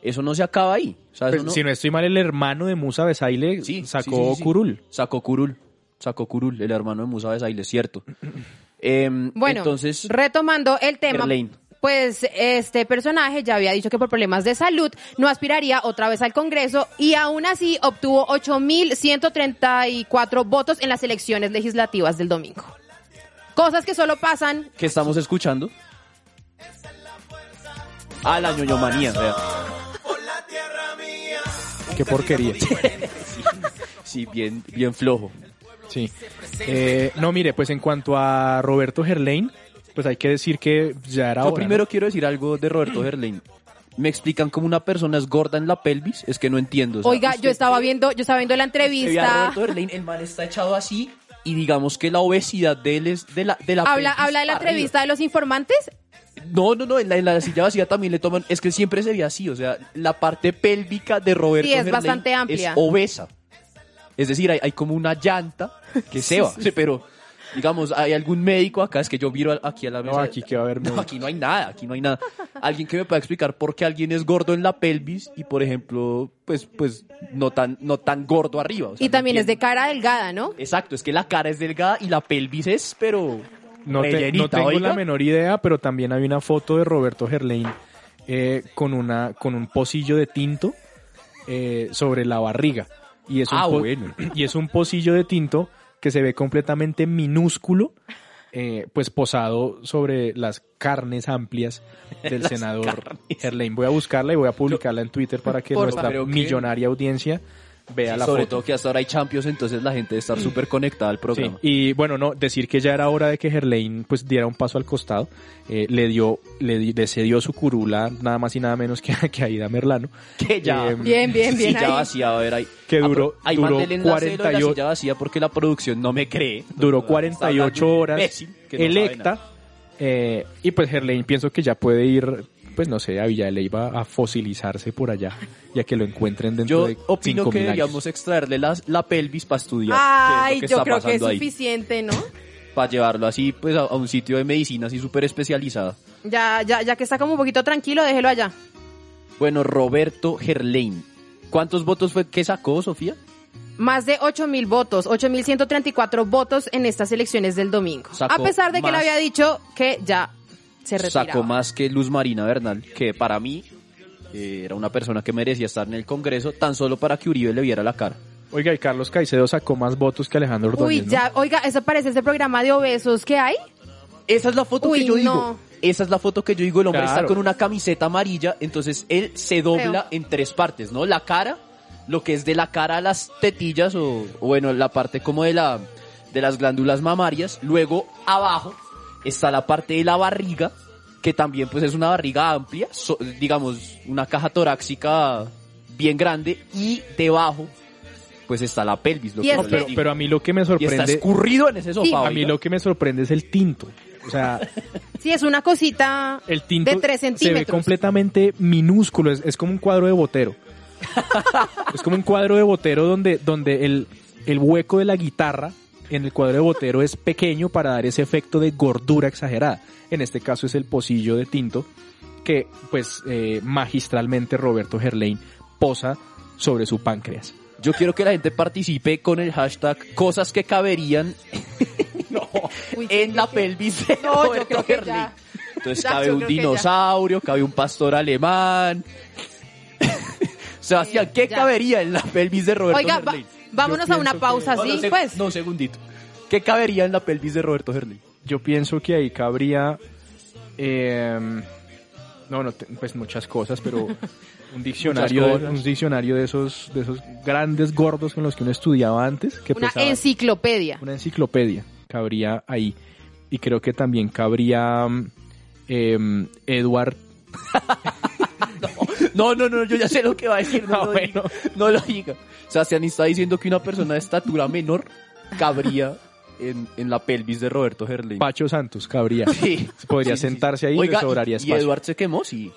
Eso no se acaba ahí. O sea, eso
Pues,
no-
Si no estoy mal, el hermano de Musa Besaile
Sí,
sacó
sí, sí, sí.
Curul.
Sacó Curul. Sacó Curul, el hermano de Musa Besaile, es cierto. Em,
Bueno,
entonces,
retomando el tema,
Erlein.
pues este personaje ya había dicho que por problemas de salud no aspiraría otra vez al Congreso y aún así obtuvo 8.134 votos en las elecciones legislativas del domingo. Cosas que solo pasan.
¿qué estamos escuchando? A la ñoñomanía, vea.
Qué porquería.
Sí, bien, bien flojo.
Sí. Eh, no, mire, pues en cuanto a Roberto Gerlain, pues hay que decir que ya era
Yo
hora,
primero quiero decir algo de Roberto Gerlain. Me explican cómo una persona es gorda en la pelvis, es que no entiendo. o sea,
Oiga,
usted-
yo estaba viendo, yo estaba viendo la
usted ve a
entrevista.
Roberto Gerlain, el man está echado así y digamos que la obesidad de él es de la, de la
Habla,
pelvis
habla de la
para arriba.
entrevista de los informantes.
No, no, no, en la, en la silla vacía también le toman, es que siempre se ve así, o sea, la parte pélvica de Roberto
Sí, es
Gerlain
bastante
es
amplia.
obesa. Es decir, hay, hay como una llanta que se va, pero Digamos, ¿hay algún médico acá? Es que yo miro al- aquí a la mesa.
aquí que va a haber
No,
médicos.
aquí no hay nada, aquí no hay nada. Alguien que me pueda explicar por qué alguien es gordo en la pelvis y, por ejemplo, pues, pues, no tan, no tan gordo arriba. o sea,
Y
no
también es de
entiendo.
cara delgada, ¿no?
Exacto, es que la cara es delgada y la pelvis es, pero.
No, te-
rellenita,
no tengo
oiga.
la menor idea, pero también hay una foto de Roberto Gerlain eh, con, una, con un pocillo de tinto eh, sobre la barriga. Y es, un
Ah,
po-
bueno.
y es un pocillo de tinto que se ve completamente minúsculo, eh, pues posado sobre las carnes amplias del senador
carnes.
Gerlain. Voy a buscarla y voy a publicarla en Twitter para que
Porfa,
nuestra
pero qué-
millonaria audiencia vea
Sí,
la
sobre
foto.
todo que hasta ahora hay Champions, entonces la gente debe estar súper conectada al
Sí,
programa.
y bueno, no, decir que ya era hora de que Gerlain pues diera un paso al costado, eh, le dio, le, di- le cedió su curula nada más y nada menos que, que a Aida Merlano,
Que Eh, ya.
Em,
Bien, bien, bien.
silla
ahí.
vacía, a ver, ahí. Ah,
Que duró-
ahí
duró
mándele el enlace de lo de
48
la silla vacía porque la producción no me cree.
duró
Está hablando
48
un
horas
imbécil que no sabe
electa,
nada.
eh, y pues Gerlain pienso que ya puede ir, pues no sé, a Villa de Leyva a fosilizarse por allá, ya que lo encuentren dentro
Yo
de
opino
5.000
que
años.
deberíamos extraerle las- la pelvis para estudiar.
Ay,
qué es
yo
lo que
creo
está
que es
pasando ahí,
suficiente, ¿no?
Para llevarlo así pues a, a un sitio de medicina así súper especializada.
Ya, ya, ya que está como un poquito tranquilo, déjelo allá.
Bueno, Roberto Gerlain. ¿Cuántos votos fue que sacó, Sofía?
Más de 8.000 votos, 8.134 votos en estas elecciones del domingo.
Sacó
a pesar de que
más-
le había dicho que ya se retiraba.
Sacó más que Luz Marina Bernal, que para mí eh, era una persona que merecía estar en el Congreso tan solo para que Uribe le viera la cara.
Oiga, y Carlos Caicedo sacó más votos que Alejandro Ordóñez,
Uy,
¿no?
ya, oiga, eso parece ese programa de obesos que hay.
Esa es la foto
Uy,
que yo
no.
digo. Esa es la foto que yo digo. El hombre está
Claro.
con una camiseta amarilla, entonces él se dobla
Feo.
en tres partes, ¿no? La cara, lo que es de la cara a las tetillas o, o bueno, la parte como de la de las glándulas mamarias. Luego abajo está la parte de la barriga, que también pues es una barriga amplia, so- digamos una caja torácica bien grande y debajo pues está la pelvis. Lo
Y
que
es
yo
que-
les
pero,
digo.
pero a mí lo que me
y está
sorprende,
escurrido en ese sofá.
a mí
oiga.
lo que me sorprende es el tinto. O sea,
Sí, es una cosita
El tinto
de 3
se ve
centímetros.
completamente minúsculo, es, es como un cuadro de botero. es como un cuadro de botero donde, donde el, el hueco de la guitarra en el cuadro de botero es pequeño para dar ese efecto de gordura exagerada. En este caso es el pocillo de tinto que pues eh, magistralmente Roberto Gerlain posa sobre su páncreas.
Yo quiero que la gente participe con el hashtag cosas que caberían
Uy, yo
en la
creo
pelvis de
No, yo
Roberto
creo que
Gerling.
ya.
Entonces
Ya,
cabe
yo
un
creo que ya.
dinosaurio, cabe un pastor alemán. Sebastián, ¿qué
Ya.
cabería en la pelvis de
que-
Roberto
Oiga, va-
Gerling?
vámonos
Yo
a una
pienso
pausa,
No, no,
¿sí?
seg-
pues.
No, segundito. ¿Qué cabería en la pelvis de Roberto Gerling?
Yo pienso que ahí cabría... em, no, no, te- pues muchas cosas, pero un diccionario,
Muchas
de-
cosas.
un diccionario de esos, de esos grandes gordos con los que uno estudiaba antes, que
una
pesaba-
enciclopedia.
una enciclopedia cabría ahí. Y creo que también cabría mm, em, Edward.
No, no, no, yo ya sé lo que va a decir. No,
Ah,
lo,
bueno.
diga, no lo diga. Sebastián está diciendo que una persona de estatura menor cabría en, en la pelvis de Roberto Gerling.
Pacho Santos cabría.
Sí.
Podría
Sí, sí, sí.
sentarse ahí y
Oiga,
le sobraría
y
espacio.
Eduard se quemó, sí.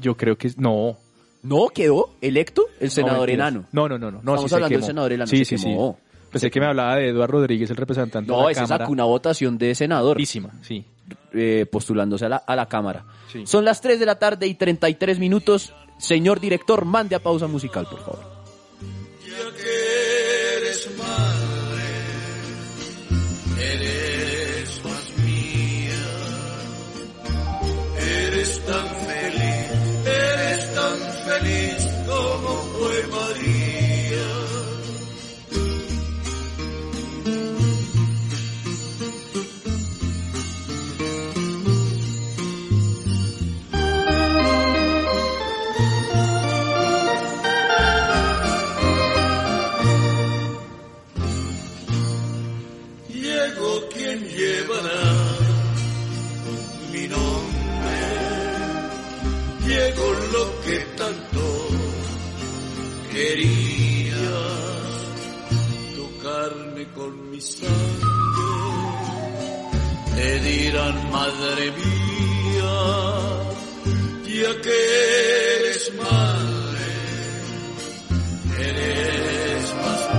Yo creo que es- no.
No, quedó electo el
no,
senador
mentiras.
enano.
No, no, no, no. no,
Estamos
sí se
hablando del
quemó.
senador enano,
Sí,
se
sí, sí.
quemó.
Pensé que me hablaba de Eduardo Rodríguez, el representante de
No,
la
ese
Cámara.
sacó una votación de senador
Altísima, sí.
eh, postulándose a la, a la Cámara.
Sí.
Son las 3 de la tarde y 33 minutos. Señor director, mande a pausa musical, por favor.
Llegó quien llevará mi nombre. Llegó lo que tanto querías. Tu carne con mi sangre. Te dirán, madre mía, ya que eres madre, eres más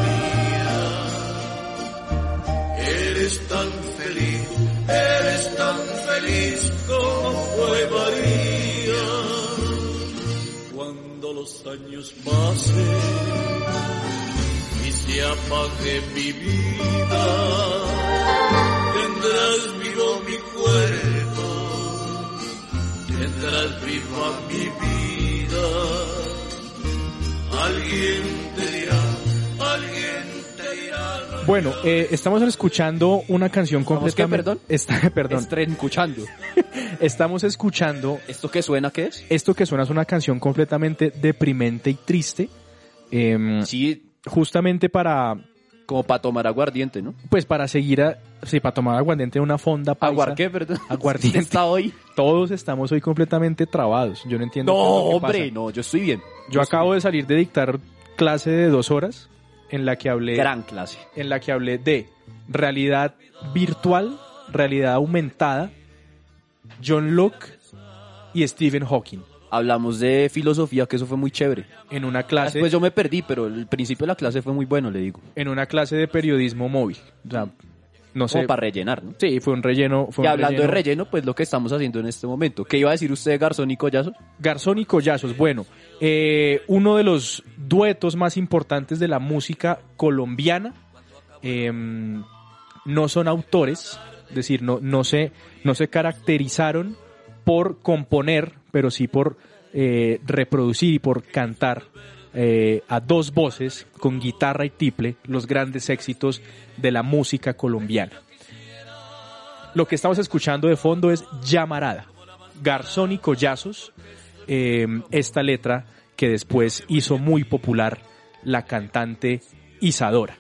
mía. Eres tan feliz. feliz, eres tan feliz como fue María. Cuando los años pasen y se apague mi vida, tendrás vivo mi cuerpo, tendrás viva mi vida. Alguien te dirá, alguien te dirá. no
Bueno, eh, estamos escuchando una canción
¿Estamos qué,
completamente...
perdón?
Está- perdón.
Estren escuchando.
Estamos escuchando
¿Esto qué suena qué es?
esto que suena es una canción completamente deprimente y triste. em,
Sí,
justamente para,
como para tomar aguardiente, ¿no?
pues para seguir a, sí, para tomar aguardiente de una fonda paisa.
Aguar qué, perdón.
Aguardiente.
Está hoy.
Todos estamos hoy completamente trabados. Yo no entiendo.
No,
qué es lo que
hombre,
pasa.
no, yo estoy bien.
Yo acabo de salir de dictar clase de dos horas en la que hablé,
Gran clase.
en la que hablé de realidad virtual, realidad aumentada, John Locke y Stephen Hawking
Hablamos de filosofía, que eso fue muy chévere.
en una clase,
Después yo me perdí, pero el principio de la clase fue muy bueno, le digo.
en una clase de periodismo móvil. O sea, no
Como
sé.
para rellenar, ¿no?
Sí, fue un relleno. Fue
Y
un
hablando de
relleno.
relleno, pues lo que estamos haciendo en este momento. ¿Qué iba a decir usted, Garzón y Collazo?
Garzón y Collazos. Bueno, eh, uno de los duetos más importantes de la música colombiana. eh, no son autores, es decir, no, no, se, no se caracterizaron por componer, pero sí por eh, reproducir y por cantar eh, a dos voces, con guitarra y tiple, los grandes éxitos de la música colombiana. Lo que estamos escuchando de fondo es Llamarada, Garzón y Collazos, eh, esta letra que después hizo muy popular la cantante Isadora.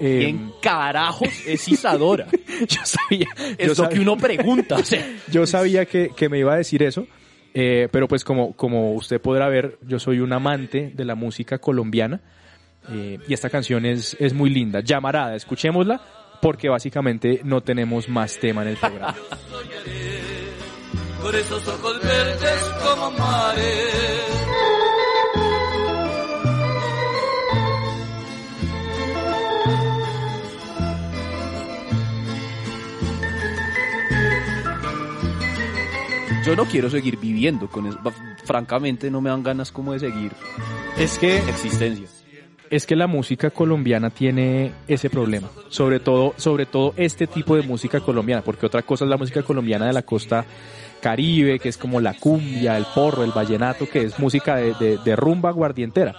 Eh,
¿Quién carajos es Isadora?
yo sabía,
es
yo
lo
sabía,
que uno pregunta, o sea.
yo sabía que, que me iba a decir eso, eh, pero pues como, como usted podrá ver, yo soy un amante de la música colombiana eh, y esta canción es, es muy linda. Llamarada, escuchémosla porque básicamente no tenemos más tema en el programa.
por esos ojos verdes como mares.
Yo no quiero seguir viviendo con eso. Va- Francamente, no me dan ganas como de seguir
es que
existencia.
es que la música colombiana tiene ese problema, sobre todo, sobre todo este tipo de música colombiana, porque otra cosa es la música colombiana de la costa caribe, que es como la cumbia, el porro, el vallenato, que es música de, de- de rumba guardientera.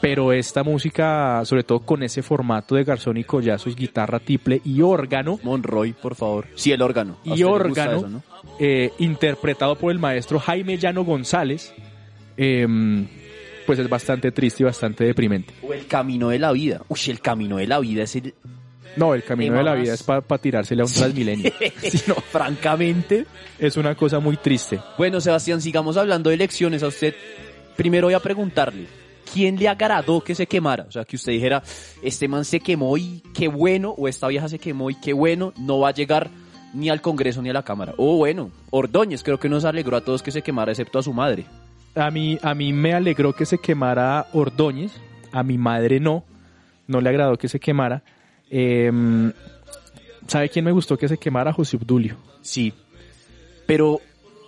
Pero esta música, sobre todo con ese formato de garzón y collazos, guitarra, tiple y órgano,
Monroy, por favor. Sí, el órgano. A
Y
usted le gusta
órgano.
eso, ¿no?
eh, interpretado por el maestro Jaime Llano González, em, pues es bastante triste y bastante deprimente.
O el camino de la vida. Uy, el camino de la vida es el.
No, el camino
Te
de la
mamas.
vida es para tirársele a un transmilenio.
Sí, no, francamente.
Es una cosa muy triste.
Bueno, Sebastián, sigamos hablando de elecciones. A usted, primero voy a preguntarle. ¿Quién le agradó que se quemara? O sea, que usted dijera, este man se quemó y qué bueno, o esta vieja se quemó y qué bueno, no va a llegar ni al Congreso ni a la Cámara. O bueno, Ordóñez creo que nos alegró a todos que se quemara, excepto a su madre.
A mí, a mí me alegró que se quemara Ordóñez, a mi madre no, no le agradó que se quemara. Em, ¿Sabe quién me gustó que se quemara? José Obdulio.
Sí. Pero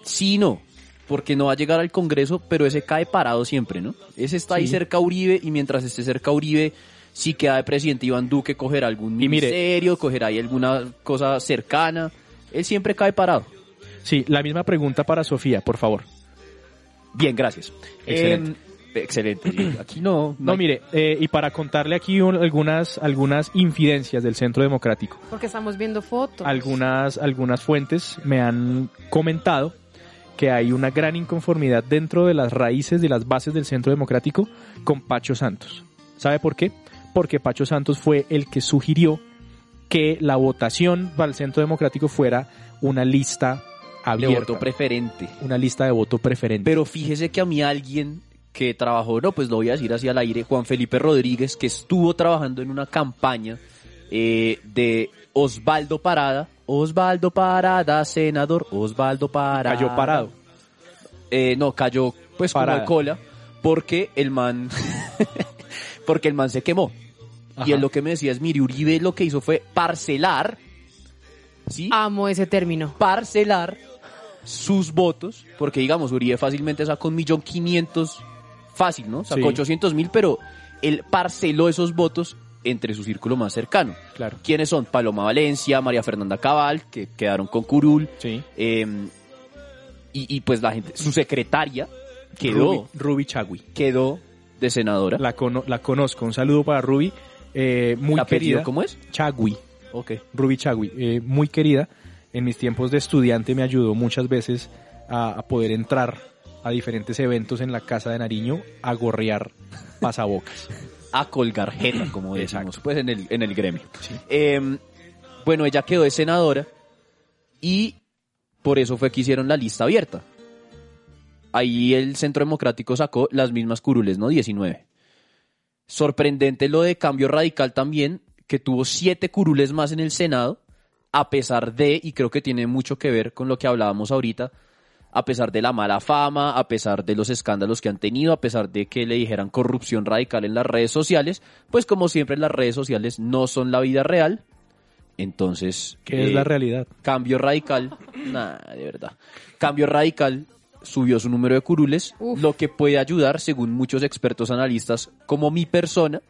sí y no, porque no va a llegar al Congreso, pero ese cae parado siempre, ¿no? Ese está ahí
Sí.
cerca a Uribe y mientras esté cerca a Uribe, si queda de presidente Iván Duque, cogerá algún
Y mire-
ministerio, cogerá ahí alguna cosa cercana. Él siempre cae parado.
Sí, la misma pregunta para Sofía, por favor.
Bien, gracias.
Excelente.
Eh, excelente. sí. Aquí no.
No,
hay-
mire, eh, y para contarle aquí un- algunas, algunas infidencias del Centro Democrático.
Porque estamos viendo fotos.
Algunas, algunas fuentes me han comentado que hay una gran inconformidad dentro de las raíces de las bases del Centro Democrático con Pacho Santos. ¿Sabe por qué? Porque Pacho Santos fue el que sugirió que la votación para el Centro Democrático fuera una lista
de
abierta,
voto preferente.
una lista de voto preferente.
Pero fíjese que a mí alguien que trabajó, no, pues lo voy a decir hacia el aire, Juan Felipe Rodríguez, que estuvo trabajando en una campaña eh, de Osvaldo Parada. Osvaldo Parada, senador. Osvaldo Parada.
Cayó parado.
Eh, no, cayó pues
Parada.
como de cola porque el man... porque el man se quemó.
Ajá.
Y es lo que me decías, mire, Uribe lo que hizo fue parcelar, ¿sí?
Amo ese término.
Parcelar sus votos, porque digamos, Uribe fácilmente sacó un millón quinientos, fácil, ¿no? Sacó
Sí.
ochocientos mil, pero él parceló esos votos entre su círculo más cercano.
Claro.
¿Quiénes son? Paloma Valencia, María Fernanda Cabal, que quedaron con Curul.
Sí.
eh, y, y pues la gente, su secretaria quedó,
Ruby, Ruby Chagui.
quedó de senadora.
La, cono- la conozco. Un saludo para Ruby. eh, muy
¿El apellido
querida.
¿Cómo es?
Chagui.
Ok.
Ruby Chagui. eh, muy querida. En mis tiempos de estudiante me ayudó muchas veces a, a poder entrar a diferentes eventos en la casa de Nariño a gorrear pasabocas.
a colgar jeta, como decimos,
Exacto.
pues en el, en el gremio. Eh, bueno, ella quedó de senadora y por eso fue que hicieron la lista abierta. Ahí el Centro Democrático sacó las mismas curules, ¿no? 19. Sorprendente lo de Cambio Radical también, que tuvo siete curules más en el Senado, a pesar de, y creo que tiene mucho que ver con lo que hablábamos ahorita, a pesar de la mala fama, a pesar de los escándalos que han tenido, a pesar de que le dijeran corrupción radical en las redes sociales, pues como siempre las redes sociales no son la vida real. Entonces,
que es
eh,
la realidad.
Cambio Radical, nada, de verdad. Cambio Radical subió su número de curules,
Uf.
lo que puede ayudar, según muchos expertos analistas, como mi persona,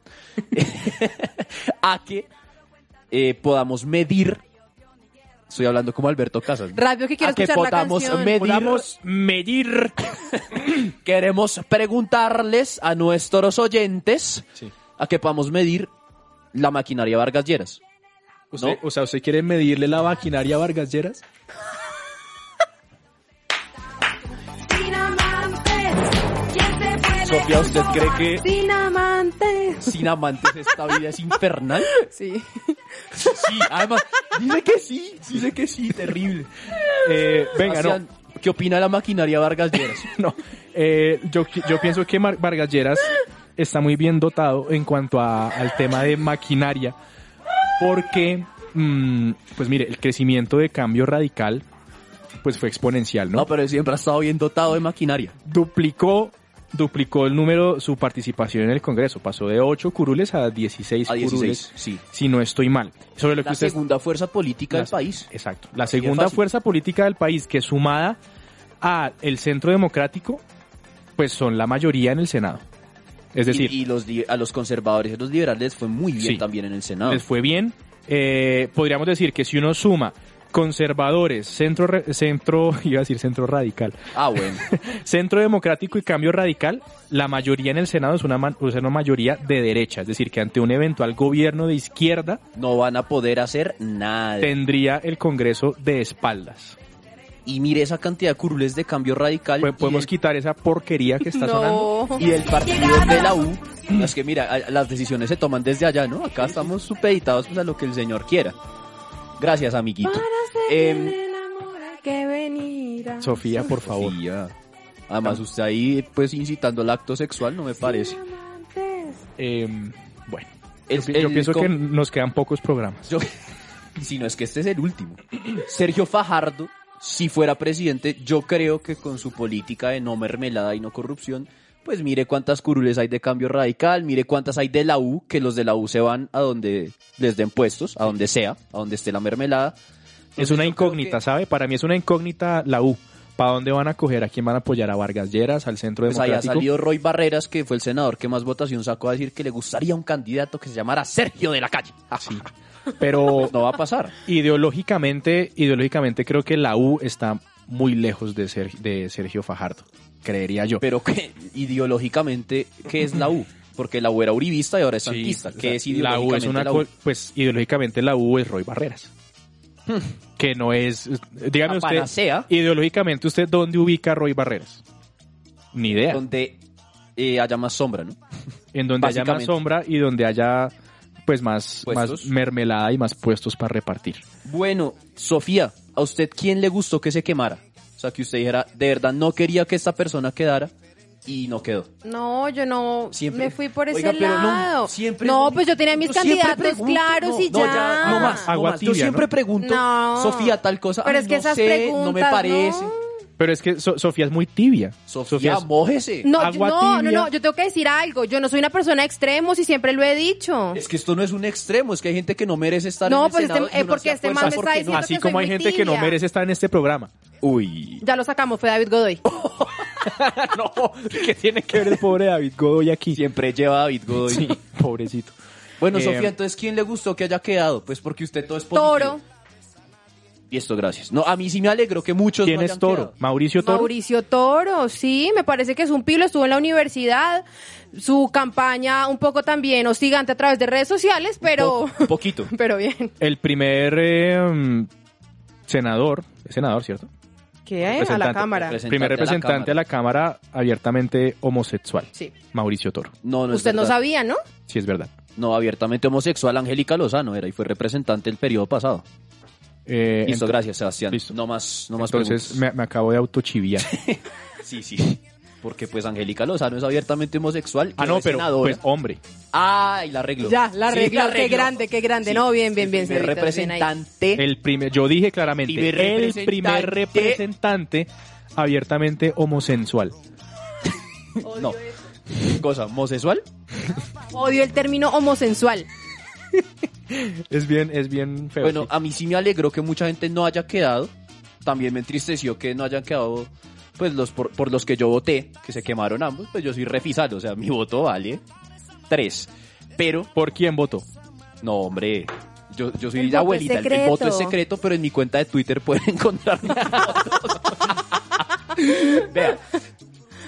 a que eh, podamos medir. Estoy hablando como Alberto Casas. ¿no?
Rápido que quiero
a que
escuchar la
podamos
canción.
medir.
Podamos medir.
Queremos preguntarles a nuestros oyentes
Sí.
a que podamos medir la maquinaria Vargas Lleras.
Usted- O sea, ¿usted quiere medirle la maquinaria a Vargas Lleras?
Sin amantes, ¿quién te puede
Sofía, ¿usted cree que
Sin amantes.
sin amantes esta vida es infernal?
Sí.
Sí, además, dice que sí, dice que sí, terrible.
Eh, venga, no.
Sebastián, ¿Qué opina la maquinaria Vargas Lleras?
No, eh, yo, qui- yo pienso que Mar- Vargas Lleras está muy bien dotado en cuanto a- al tema de maquinaria, porque, mm, pues mire, el crecimiento de cambio radical, pues fue exponencial, ¿no?
No, pero él siempre ha estado bien dotado de maquinaria.
Duplicó, duplicó el número, su participación en el Congreso, pasó de 8 curules a 16,
A 16,
curules,
sí.
si no estoy mal. Sobre lo que
La
usted
segunda fuerza política
La-
del país.
Exacto. La
Así de
segunda
fácil.
fuerza política del país que sumada a el centro democrático, pues son la mayoría en el Senado. Es decir,
y, y los, li- a los conservadores y a los liberales fue muy bien
Sí.
también en el Senado.
les fue bien. Eh, podríamos decir que si uno suma conservadores, centro, re- centro, iba a decir centro radical,
Ah, bueno.
centro democrático y cambio radical, la mayoría en el Senado es una, man- es una mayoría de derecha. Es decir, que ante un eventual gobierno de izquierda
No van a poder hacer nada.
tendría el Congreso de espaldas.
Y mire esa cantidad de curules de cambio radical.
Pu- Podemos
y,
quitar esa porquería que está sonando.
No.
del, y del partido de la U. Es que mira, a- las decisiones se toman desde allá, ¿no? Acá estamos supeditados pues, a lo que el señor quiera. Gracias, amiguito. Em,
El amor al que venirá.
Sofía, por favor.
Sí, ya. Además, usted ahí, pues, incitando al acto sexual, no me parece.
Sin amantes.
Em, bueno,
El-
yo, pi- yo
el
pienso
co-
que nos quedan pocos programas.
yo- si no es que este es el último. Sergio Fajardo, si fuera presidente, yo creo que con su política de no mermelada y no corrupción, pues mire cuántas curules hay de cambio radical, mire cuántas hay de la U, que los de la U se van a donde les den puestos, a donde sea, a donde esté la mermelada.
Es una
Entonces, yo creo
incógnita,
que,
¿sabe? Para mí es una incógnita la U. ¿Para dónde van a coger? ¿A quién van a apoyar? ¿A Vargas Lleras? ¿Al Centro
Pues ahí ha
Democrático?
salido Roy Barreras, que fue el senador que más votación sacó a decir que le gustaría un candidato que se llamara Sergio de la Calle.
Sí. Pero
No va a pasar.
ideológicamente, ideológicamente creo que la U está muy lejos de, Ser- de Sergio Fajardo, creería yo.
Pero que ideológicamente, ¿qué es la U? Porque la U era uribista y ahora es
Sí,
santista.
o sea,
¿Qué es
la U es
ideológicamente
una
la U?
co- pues ideológicamente la U es Roy Barreras. que no es dígame
La
usted
panacea,
ideológicamente usted dónde ubica a Roy Barreras? Ni idea.
donde eh, haya más sombra, ¿no?
en donde haya más
Básicamente.
sombra y donde haya pues más,
Puestos.
más mermelada y más puestos para repartir.
Bueno, Sofía, ¿a usted quién le gustó que se quemara? O sea, que usted dijera, de verdad no quería que esta persona quedara y no quedó.
No, yo no
Siempre.
me fui por ese
Oiga, pero no,
lado.
siempre-
no, pues yo tenía mis
Yo siempre
candidatos
pregunto,
claros
no,
y ya.
No, ya, no más, no
Agua
más. Yo
tibia,
siempre
¿no?
pregunto,
No.
Sofía, tal cosa.
Pero
ay,
es que
no
esas
sé,
preguntas
no me parece.
¿no?
Pero es que So- Sofía es muy tibia.
Sofía,
es-
mójese.
No, yo-
Agua
no, no,
tibia.
no, yo tengo que decir algo. Yo no soy una persona de extremos y siempre lo he dicho.
Es que esto no es un extremo, es que hay gente que no merece estar
No,
en el
pues este-
Senado y
eh,
no
porque
se
este
acuesta
man me está
porque no
diciendo
hace-
Así
que
como
soy
hay
muy
gente que no
tibia.
merece estar en este programa.
Uy.
Ya lo sacamos, fue David Godoy.
Oh,
no, ¿qué tiene que ver el pobre David Godoy aquí?
Siempre lleva a David Godoy.
Sí, pobrecito.
Bueno,
Eh,
Sofía, entonces, ¿quién le gustó que haya quedado? Pues porque usted todo es positivo.
Toro,
Y esto, gracias. No, a mí sí me alegro que muchos
¿Quién
no
es
hayan
Toro?
quedado.
¿Mauricio Toro?
Mauricio Toro, sí, me parece que es un pilo, estuvo en la universidad. Su campaña un poco también hostigante a través de redes sociales, pero.
Un poquito.
Pero bien.
El primer eh, mm, senador, es senador, ¿cierto?
¿Qué? A la
Representante,
cámara.
representante
primer
a la
representante a la, cámara abiertamente homosexual.
Sí.
Mauricio Toro,
No, no es
Usted no
verdad.
sabía, ¿no?
si es verdad.
No, abiertamente homosexual, Angélica Lozano era y fue representante el periodo pasado.
Eh,
Listo,
ento-
gracias, Sebastián.
listo.
No más, no más
Entonces
preguntas.
me, me acabo de autochiviar.
Sí, sí. Porque pues Angélica Lozano es abiertamente homosexual.
ah, no,
es
pero
senadora.
pues hombre.
Ah, y la arregló.
Ya, la
Sí,
arregló. Qué
arregló.
grande, qué grande.
Sí,
No, bien, bien,
el
bien,
primer
señorita, bien ahí.
representante.
El primer, yo dije claramente,
Primer
el primer
representante.
representante abiertamente homosensual.
No. Cosa, homosexual.
Odio el término homosensual.
Es bien, es bien feo.
Bueno,
sí.
a mí sí me alegró que mucha gente no haya quedado. También me entristeció que no hayan quedado, pues, los por, por los que yo voté, que se quemaron ambos. Pues yo soy refisal, o sea, mi voto vale tres. Pero,
¿por quién votó?
no, hombre, yo, yo soy
El voto es
la abuelita. El, el
secreto.
voto es secreto, pero en mi cuenta de Twitter pueden encontrar mis votos. Vea,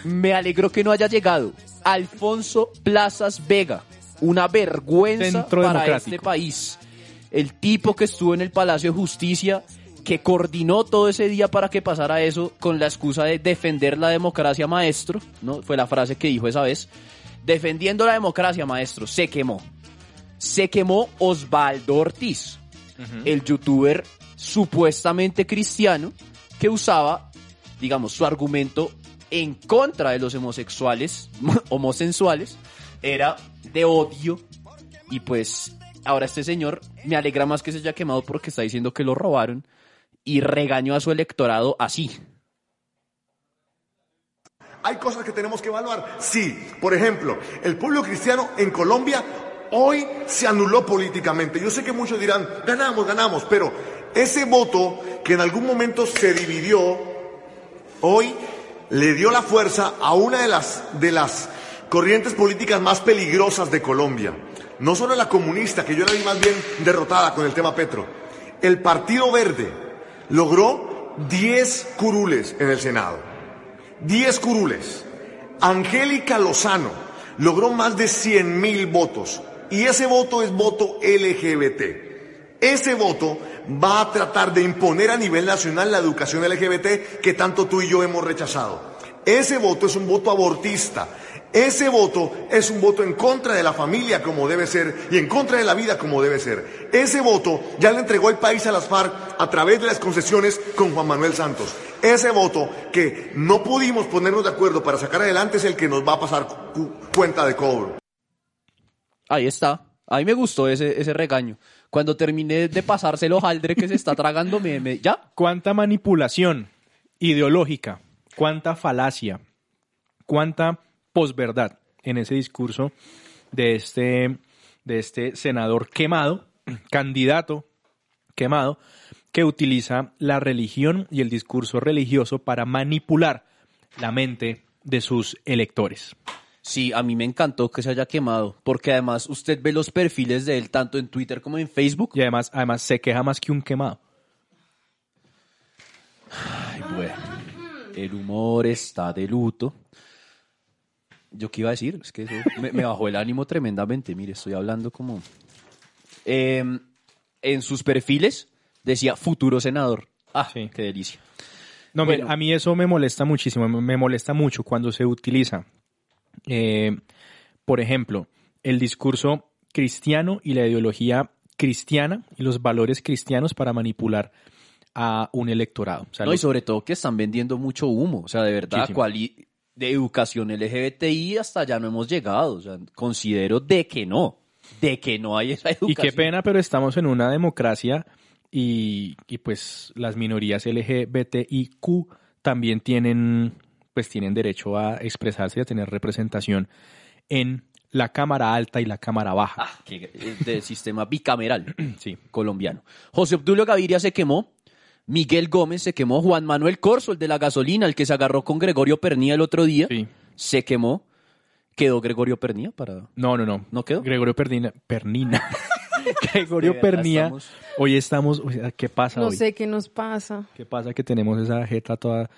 me alegró que no haya llegado Alfonso Plazas Vega. Una vergüenza
Centro
para
Democrático.
este país. El tipo que estuvo en el Palacio de Justicia, que coordinó todo ese día para que pasara eso con la excusa de defender la democracia, maestro, ¿no? Fue la frase que dijo esa vez. Defendiendo la democracia, maestro, se quemó. Se quemó Osvaldo Ortiz, el youtuber supuestamente cristiano que usaba, digamos, su argumento en contra de los homosexuales, homosensuales, era de odio y pues ahora este señor me alegra más que se haya quemado porque está diciendo que lo robaron y regañó a su electorado así.
Hay cosas que tenemos que evaluar. Sí, por ejemplo, el pueblo cristiano en Colombia hoy se anuló políticamente. Yo sé que muchos dirán, ganamos, ganamos, pero ese voto que en algún momento se dividió, hoy le dio la fuerza a una de las, de las corrientes políticas más peligrosas de Colombia. No solo la comunista, que yo la vi más bien derrotada con el tema Petro. El Partido Verde logró 10 curules en el Senado. 10 curules. Angélica Lozano logró más de 100 mil votos y ese voto es voto LGBT. Ese voto va a tratar de imponer a nivel nacional la educación LGBT que tanto tú y yo hemos rechazado. Ese voto es un voto abortista. Ese voto es un voto en contra de la familia como debe ser y en contra de la vida como debe ser. Ese voto ya le entregó el país a las FARC a través de las concesiones con Juan Manuel Santos. Ese voto que no pudimos ponernos de acuerdo para sacar adelante es el que nos va a pasar cu- cuenta de cobro.
Ahí está. A mí me gustó ese, ese regaño. Cuando terminé de pasárselo hojaldre que se está tragando, me, me- ya.
¿Cuánta manipulación ideológica? ¿Cuánta falacia? ¿Cuánta posverdad en ese discurso de este, de este senador quemado, candidato quemado, que utiliza la religión y el discurso religioso para manipular la mente de sus electores?
Sí, a mí me encantó que se haya quemado, porque además usted ve los perfiles de él tanto en Twitter como en Facebook.
Y además, además se queja más que un quemado.
Ay, bueno. El humor está de luto. ¿Yo qué iba a decir? Es que eso me, me bajó el ánimo tremendamente. Mire, estoy hablando como... Em, en sus perfiles decía futuro senador. Ah,
Sí.
qué delicia.
No,
Bueno.
mira, a mí eso me molesta muchísimo, me me molesta mucho cuando se utiliza, eh, por ejemplo, el discurso cristiano y la ideología cristiana y los valores cristianos para manipular a un electorado. O sea,
No, y
los-
sobre todo que están vendiendo mucho humo. O sea, de verdad,
Muchísimo.
cual i- de educación LGBTI hasta ya no hemos llegado. O sea, considero de que no. De que no hay esa educación.
y qué pena, pero estamos en una democracia y, y pues las minorías LGBTIQ también tienen, pues tienen derecho a expresarse y a tener representación en la Cámara Alta y la Cámara Baja.
Ah, que- eh, del sistema bicameral
Sí.
colombiano. José Obdulio Gaviria se quemó. Miguel Gómez se quemó. Juan Manuel Corso, el de la gasolina, el que se agarró con Gregorio Pernía el otro día,
Sí.
se quemó. Quedó Gregorio Pernía para.
No, no, no.
¿No quedó?
Gregorio Pernina. Pernina. Gregorio
De verdad,
Pernía.
estamos-
Hoy estamos. o sea, ¿Qué pasa
No
hoy?
sé qué nos pasa.
¿Qué pasa que tenemos esa jeta toda,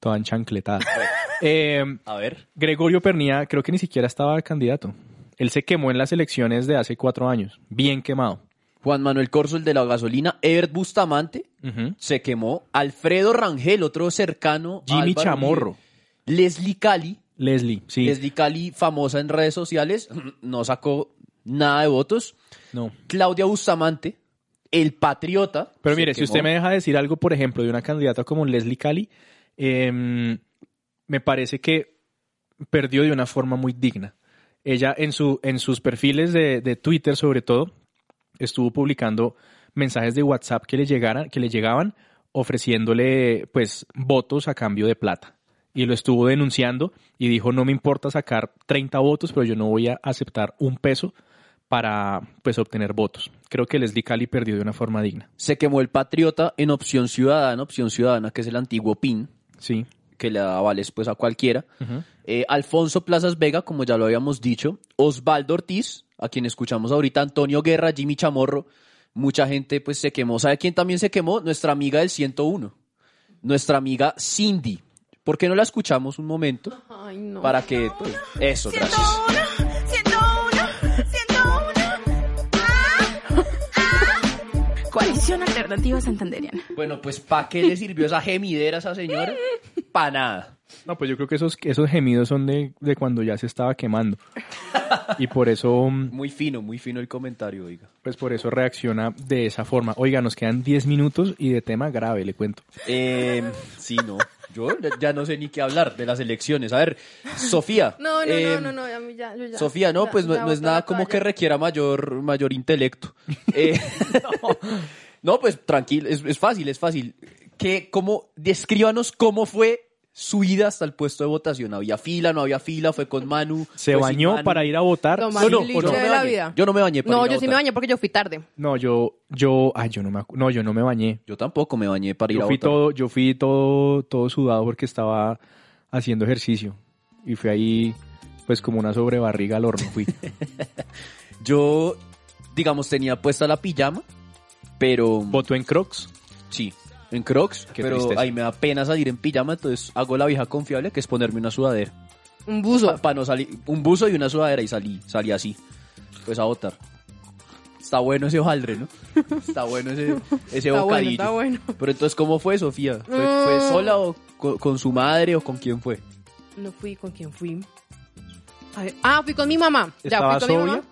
toda enchancletada? Eh,
A ver.
Gregorio Pernía creo que ni siquiera estaba candidato. Él se quemó en las elecciones de hace cuatro años. Bien quemado.
Juan Manuel Corso, el de la gasolina. Ebert Bustamante
Ujú.
se quemó. Alfredo Rangel, otro cercano. a
Jimmy
Álvaro
Chamorro.
Uribe. Leslie Cali,
Leslie, sí.
Leslie Cali, famosa en redes sociales, no sacó nada de votos.
No.
Claudia Bustamante, el patriota.
Pero
se
mire, si
quemó.
usted me deja decir algo, por ejemplo, de una candidata como Leslie Cali, em, me parece que perdió de una forma muy digna. Ella en, su, en sus perfiles de, de Twitter, sobre todo, estuvo publicando mensajes de WhatsApp que le, llegaran, que le llegaban ofreciéndole pues votos a cambio de plata. Y lo estuvo denunciando y dijo, no me importa sacar 30 votos, pero yo no voy a aceptar un peso para pues obtener votos. Creo que Leslie Cali perdió de una forma digna.
Se quemó el patriota en Opción Ciudadana, Opción Ciudadana, que es el antiguo PIN,
Sí.
que le da vales pues a cualquiera. Eh, Alfonso Plazas Vega, como ya lo habíamos dicho. Osvaldo Ortiz, a quien escuchamos ahorita. Antonio Guerra, Jimmy Chamorro. Mucha gente pues se quemó. ¿Sabe quién también se quemó? Nuestra amiga del 101. Nuestra amiga Cindy. ¿Por qué no la escuchamos un momento?
Ay, no.
Para que... pues, eso, gracias.
ah, Coalición Alternativa Santanderiana.
Bueno, pues ¿para qué le sirvió esa gemidera a esa señora? Pa' nada.
No, pues yo creo que esos, esos gemidos son de, de cuando ya se estaba quemando. Y por eso, mm,
Muy fino, muy fino el comentario, oiga.
pues por eso reacciona de esa forma. Oiga, nos quedan 10 minutos y de tema grave, le cuento.
Eh, sí, no. Yo ya no sé ni qué hablar de las elecciones. A ver, Sofía.
No, no,
eh,
no, no, no, ya, ya, yo ya-
Sofía, no,
ya-
pues no,
ya
no es
boté
nada
la
como que
toalla.
requiera mayor, mayor intelecto. Eh, no. pues tranquilo, es, es fácil, es fácil. ¿Qué, cómo, descríbanos cómo fue su ida hasta el puesto de votación. ¿Había fila, no había fila? ¿Fue con Manu?
Se
¿Fue sin
bañó
Manu?
para ir a votar.
Lo más
No, no,
lindo
o no me
de la
bañé.
vida.
Yo no me bañé para
No,
ir a
yo sí
votar.
me bañé porque yo fui tarde.
No, yo, yo, ay, yo no me, acu- no, yo no me bañé.
Yo tampoco me bañé para ir
Yo
a
fui
votar.
todo, yo fui todo, todo sudado porque estaba haciendo ejercicio y fui ahí, pues como una sobrebarriga al horno fui.
Yo, digamos, tenía puesta la pijama, pero
Voto en Crocs.
sí, en Crocs,
Qué
pero
tristeza.
ahí me da pena salir en pijama, entonces hago la vieja confiable que es ponerme una sudadera.
Un buzo.
Para no salir, un buzo y una sudadera y salí, salí así, pues a votar. Está bueno ese hojaldre, ¿no? Está bueno ese, ese
Está bueno,
bocadillo.
está bueno.
Pero entonces, ¿cómo fue, Sofía? ¿Fue, fue
Mm.
sola o co- con, su madre o con quién fue?
No fui con quién fui. A ver, Ah, fui con mi mamá. Ya
¿Estaba
fui con mi mamá.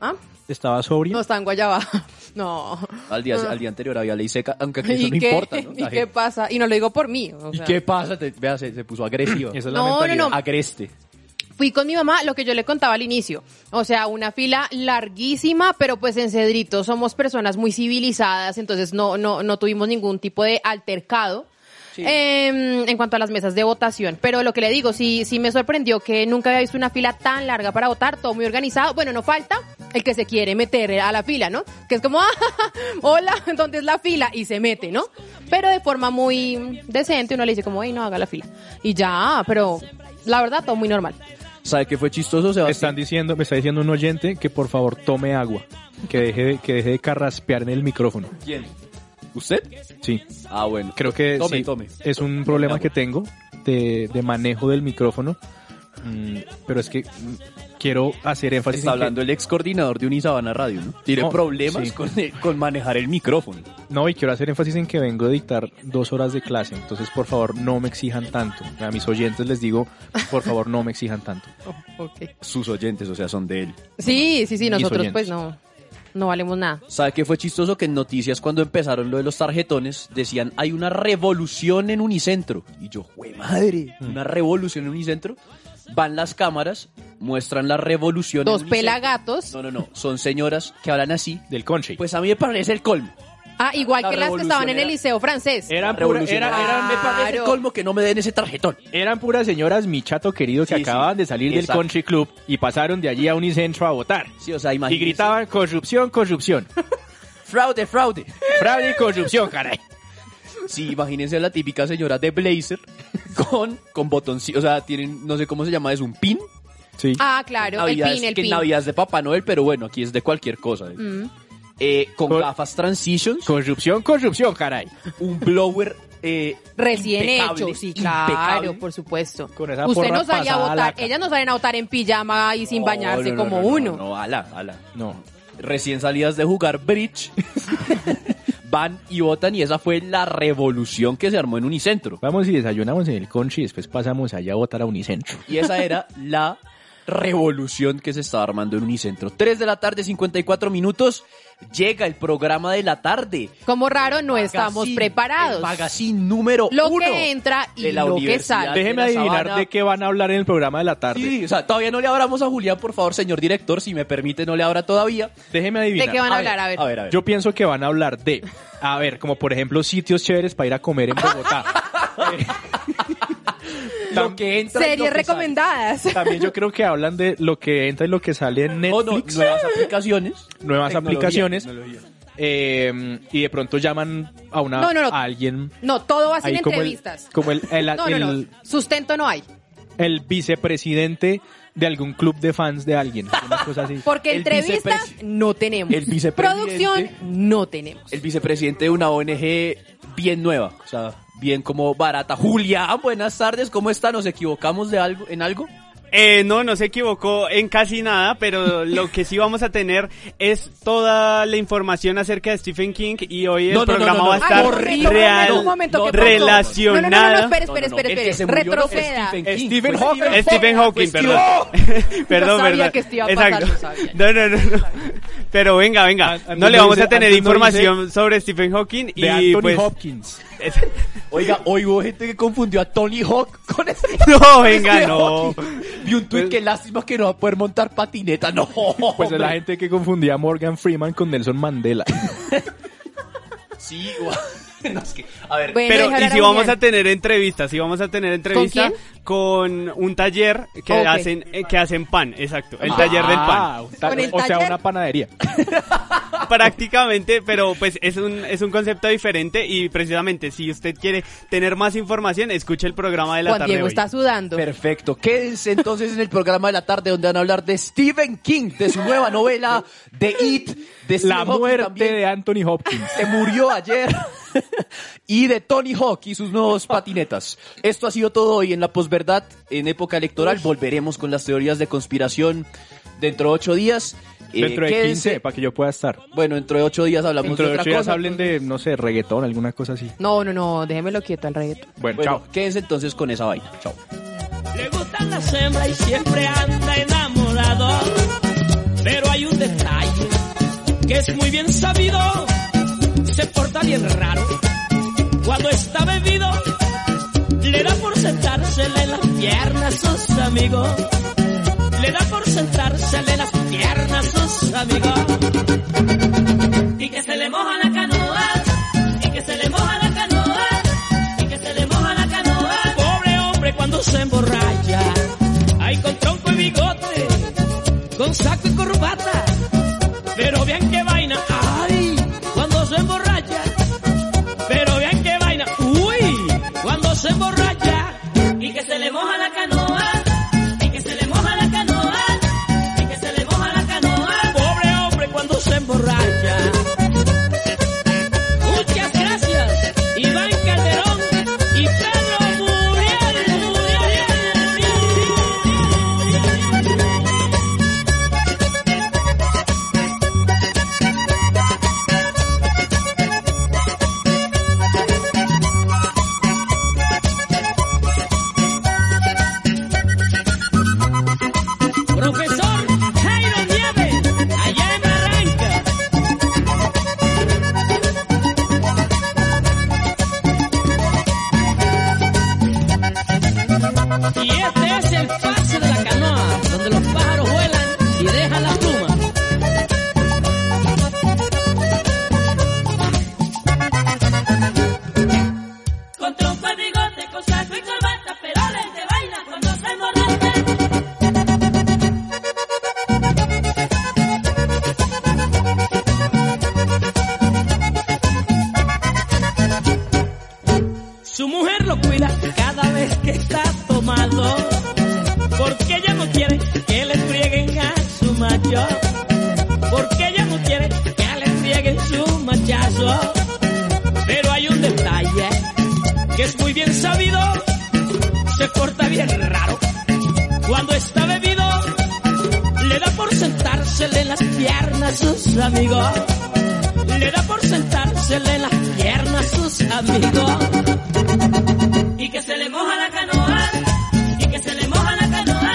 ¿Ah?
Estaba sobrio.
No, estaba en Guayaba. No.
Al día,
Ah.
al día anterior había ley seca, aunque eso no
qué,
importa, ¿no?
¿Y
La
qué
gente-
pasa? Y no lo digo por mí. o
¿Y
sea.
qué pasa? Te- vea, se, se puso agresiva.
Esa es la
No, no,
mentalidad.
no.
Agreste.
Fui con mi mamá, lo que yo le contaba al inicio. O sea, una fila larguísima, pero pues en Cedrito somos personas muy civilizadas, entonces no, no, no tuvimos ningún tipo de altercado. eh, en cuanto a las mesas de votación, pero lo que le digo, sí, sí me sorprendió que nunca había visto una fila tan larga para votar, todo muy organizado. Bueno, no falta el que se quiere meter a la fila, ¿no? Que es como, ah, hola, ¿dónde es la fila? Y se mete, ¿no? Pero de forma muy decente, uno le dice como, hey, no haga la fila. Y ya, pero la verdad, todo muy normal.
¿Sabe qué fue chistoso,
Me
Sebastián?
están diciendo, me está diciendo un oyente que por favor tome agua, que deje de, que deje de carraspear en el micrófono.
¿Quién? ¿Usted?
Sí,
Ah, bueno.
creo que
Tome,
sí,
tome.
es un problema que tengo de, de manejo del micrófono, Mm, pero es que mm, quiero hacer énfasis en
Está
que-
hablando el ex coordinador de Unisabana Radio, ¿no? Tiene
No,
problemas
sí.
con, eh, con manejar el micrófono.
no y quiero hacer énfasis en que vengo a dictar dos horas de clase, entonces por favor no me exijan tanto. A mis oyentes les digo, por favor no me exijan tanto.
Sus oyentes, o sea, son de él.
Sí, sí, sí,
Mis
nosotros
oyentes.
pues no, no valemos nada.
¿Sabe qué fue chistoso? Que en noticias cuando empezaron lo de los tarjetones decían hay una revolución en Unicentro. Y yo, güey madre, una revolución en Unicentro. Van las cámaras, muestran la revolución. en
Dos
Unicentro.
pelagatos.
No, no, no. Son señoras que hablan así.
Del conche.
Pues a mí me parece el colmo.
Ah, igual
La Eh,
que las que estaban en
revolucionera.
el liceo francés.
Eran, pura-
Revolucionaria.
era- eran-
me parece
Claro.
colmo que no me den ese tarjetón.
eran puras señoras, mi chato querido, que
Sí, sí.
acababan de salir
Exacto.
del country club y pasaron de allí a Unicentro a votar.
Sí, o sea,
y
imagínense.
gritaban corrupción, corrupción.
Fraude, fraude.
Fraude y corrupción, caray.
Sí, imagínense a la típica señora de blazer con, con botoncito. O sea, tienen, no sé cómo se llama, es un pin.
Sí.
Ah, claro, el
Navidad
pin,
es,
el
que
pin. Mm.
Navidad es de Papá Noel, pero bueno, aquí es de cualquier cosa. Eh, con
Cor-
gafas transitions,
Corrupción, corrupción, caray.
un blower eh,
Recién
impecable,
hecho, sí,
impecable.
claro, por supuesto.
Con esa
Usted
porra
no salía a
pasada
votar,
laca.
ellas no salen a votar en pijama y sin
No,
bañarse
Oh, no, no,
como
no, no,
uno.
No, ala, ala.
No.
Recién salidas de jugar bridge, van y votan y esa fue la revolución que se armó en Unicentro.
Vamos y desayunamos en el conchi y después pasamos allá a votar a Unicentro.
Y esa era la revolución que se estaba armando en Unicentro. 3 de la tarde, 54 minutos, llega el programa de la tarde.
Como raro, no estamos
Magazine,
preparados.
El magazine número
Lo
uno
que entra y
de la
lo que
Universidad
sale.
de
Déjeme
la
adivinar
Sabana.
de qué van a hablar en el programa de la tarde.
Sí, sí, o sea, todavía no le abramos a Julián, por favor, señor director, si me permite, no le abra todavía.
Déjeme
¿De
adivinar.
qué van a, hablar? A ver.
A ver, a ver.
Yo pienso que van a hablar de, a ver, como por ejemplo sitios chéveres para ir a comer en Bogotá.
lo que entra y lo
Series
que sale.
recomendadas.
También yo creo que hablan de lo que entra y lo que sale en
O Oh, no,
Netflix,
nuevas aplicaciones.
nuevas
Tecnología,
aplicaciones,
tecnología.
eh, y de pronto llaman a una
No, no, no.
a alguien.
No, todo va a ser
ahí
en
como el-
entrevistas.
Como el, el-
No, no,
el-
no. Sustento no hay.
el vicepresidente de algún club de fans de alguien. Una cosa así.
Porque
El
entrevistas
vicepresi-
no tenemos.
el vicepresidente-
Producción no tenemos.
El vicepresidente de una ONG bien nueva, o sea, bien como barata. Julián, buenas tardes, ¿cómo está? ¿Nos equivocamos de algo en algo?
Eh, no, no se equivocó en casi nada, pero lo que sí vamos a tener es toda la información acerca de Stephen King y hoy el
No, no, no,
programa
no, no,
va a
no,
estar
Ah, un
horrible,
momento,
real,
un momento, ¿qué pasó? No,
relacionada.
no, no, no, espere,
No,
espere,
no, no,
espere,
el que
espere.
se murió no fue
Retroceda.
Stephen King,
Stephen
fue
Hawking.
pues,
Pues,
Stephen Hawking,
Stephen
perdón. perdón,
Yo sabía
perdón.
que esto iba a pasar,
Exacto.
lo sabía.
No, no, no, no. Pero venga, venga.
An-
No le
Antonio
vamos a
dice-
tener
Antonio
información sobre Stephen Hawking y
de Anthony
pues
Hopkins.
Oiga, hoy hubo gente que confundió a Tony Hawk con ese.
No,
con
venga,
ese
no.
Hawking. Vi un tweet que lástima que no va a poder montar patineta, no.
Pues es la
hombre.
gente que confundía a Morgan Freeman con Nelson Mandela.
Sí, guau. No, es que- a ver,
Bueno,
Pero,
deja
y
hablar
si
a
vamos
Julián.
a tener entrevistas, si vamos a tener entrevista con un taller que
Ok.
hacen, eh, que hacen pan, exacto, el taller del
Ah,
pan.
un ta-
Con el
o sea,
taller.
una panadería.
Prácticamente, pero pues es un, es un concepto diferente y precisamente si usted quiere tener más información, escuche el programa de la
Juan
tarde
Diego
hoy.
está sudando.
Perfecto. Quédense entonces en el programa de la tarde donde van a hablar de Stephen King, de su nueva novela, de It, de Stephen
La
Hawking
muerte
también,
de Anthony Hopkins.
que murió ayer, y de Tony Hawk y sus nuevos patinetas. Esto ha sido todo hoy en la posverdad, en época electoral. Volveremos con las teorías de conspiración dentro de ocho días. Eh,
Dentro de
quédense.
15, para que yo pueda estar.
Bueno, dentro de ocho días hablamos
Dentro
de
de
otra
8 días
cosa.
hablen de, no sé, reggaetón, alguna cosa así.
No, no, no, déjemelo quieto al reggaetón.
Bueno,
Bueno,
chao.
quédense entonces con esa vaina. Chao.
Le gustan las hembras y siempre anda enamorado. Pero hay un detalle que es muy bien sabido. Se porta bien raro. Cuando está bebido, le da por sentársele en las piernas a sus amigos. Le da por sentársele en las piernas a sus amigos. Y que se le moja la canoa. Y que se le moja la canoa. Y que se le moja la canoa. Pobre hombre cuando se emborracha. Ay, con tronco y bigote. Con saco y corbata. Pero vean qué vaina. Ay, cuando se emborracha. Pero vean qué vaina. Uy, cuando se emborracha. Y que se le moja la canoa. Y que se le moja la canoa. Y que se le moja la canoa. Pobre hombre cuando se emborracha. Muchas gracias, Iván Calderón y Pedro Muriel. Muriel, Muriel. Profesor Jairo Nieves, allá en Barranca. Y este es el pase de la canoa, donde los pájaros vuelan y dejan la pluma. quiere que le frieguen a su macho. Porque ella no quiere que le frieguen su machazo. Pero hay un detalle que es muy bien sabido. Se porta bien raro cuando está bebido. Le da por sentársele en las piernas a sus amigos. Le da por sentársele en las piernas a sus amigos. Y que se le moja la canoa. Y que se le moja la canoa.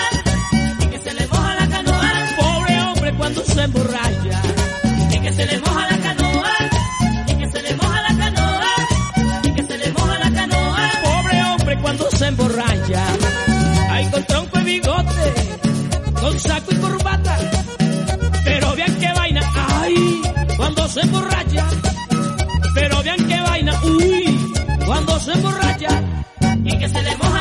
Y que se le moja la canoa. Pobre hombre cuando se emborracha. Y que se le moja la canoa. Y que se le moja la canoa. Y que se le moja la canoa. Pobre hombre cuando se emborracha. Ay, con tronco y bigote. Con saco y corbata. Pero vean qué vaina. Ay, cuando se emborracha. Pero vean qué vaina. Uy, cuando se emborracha. Y que se le moja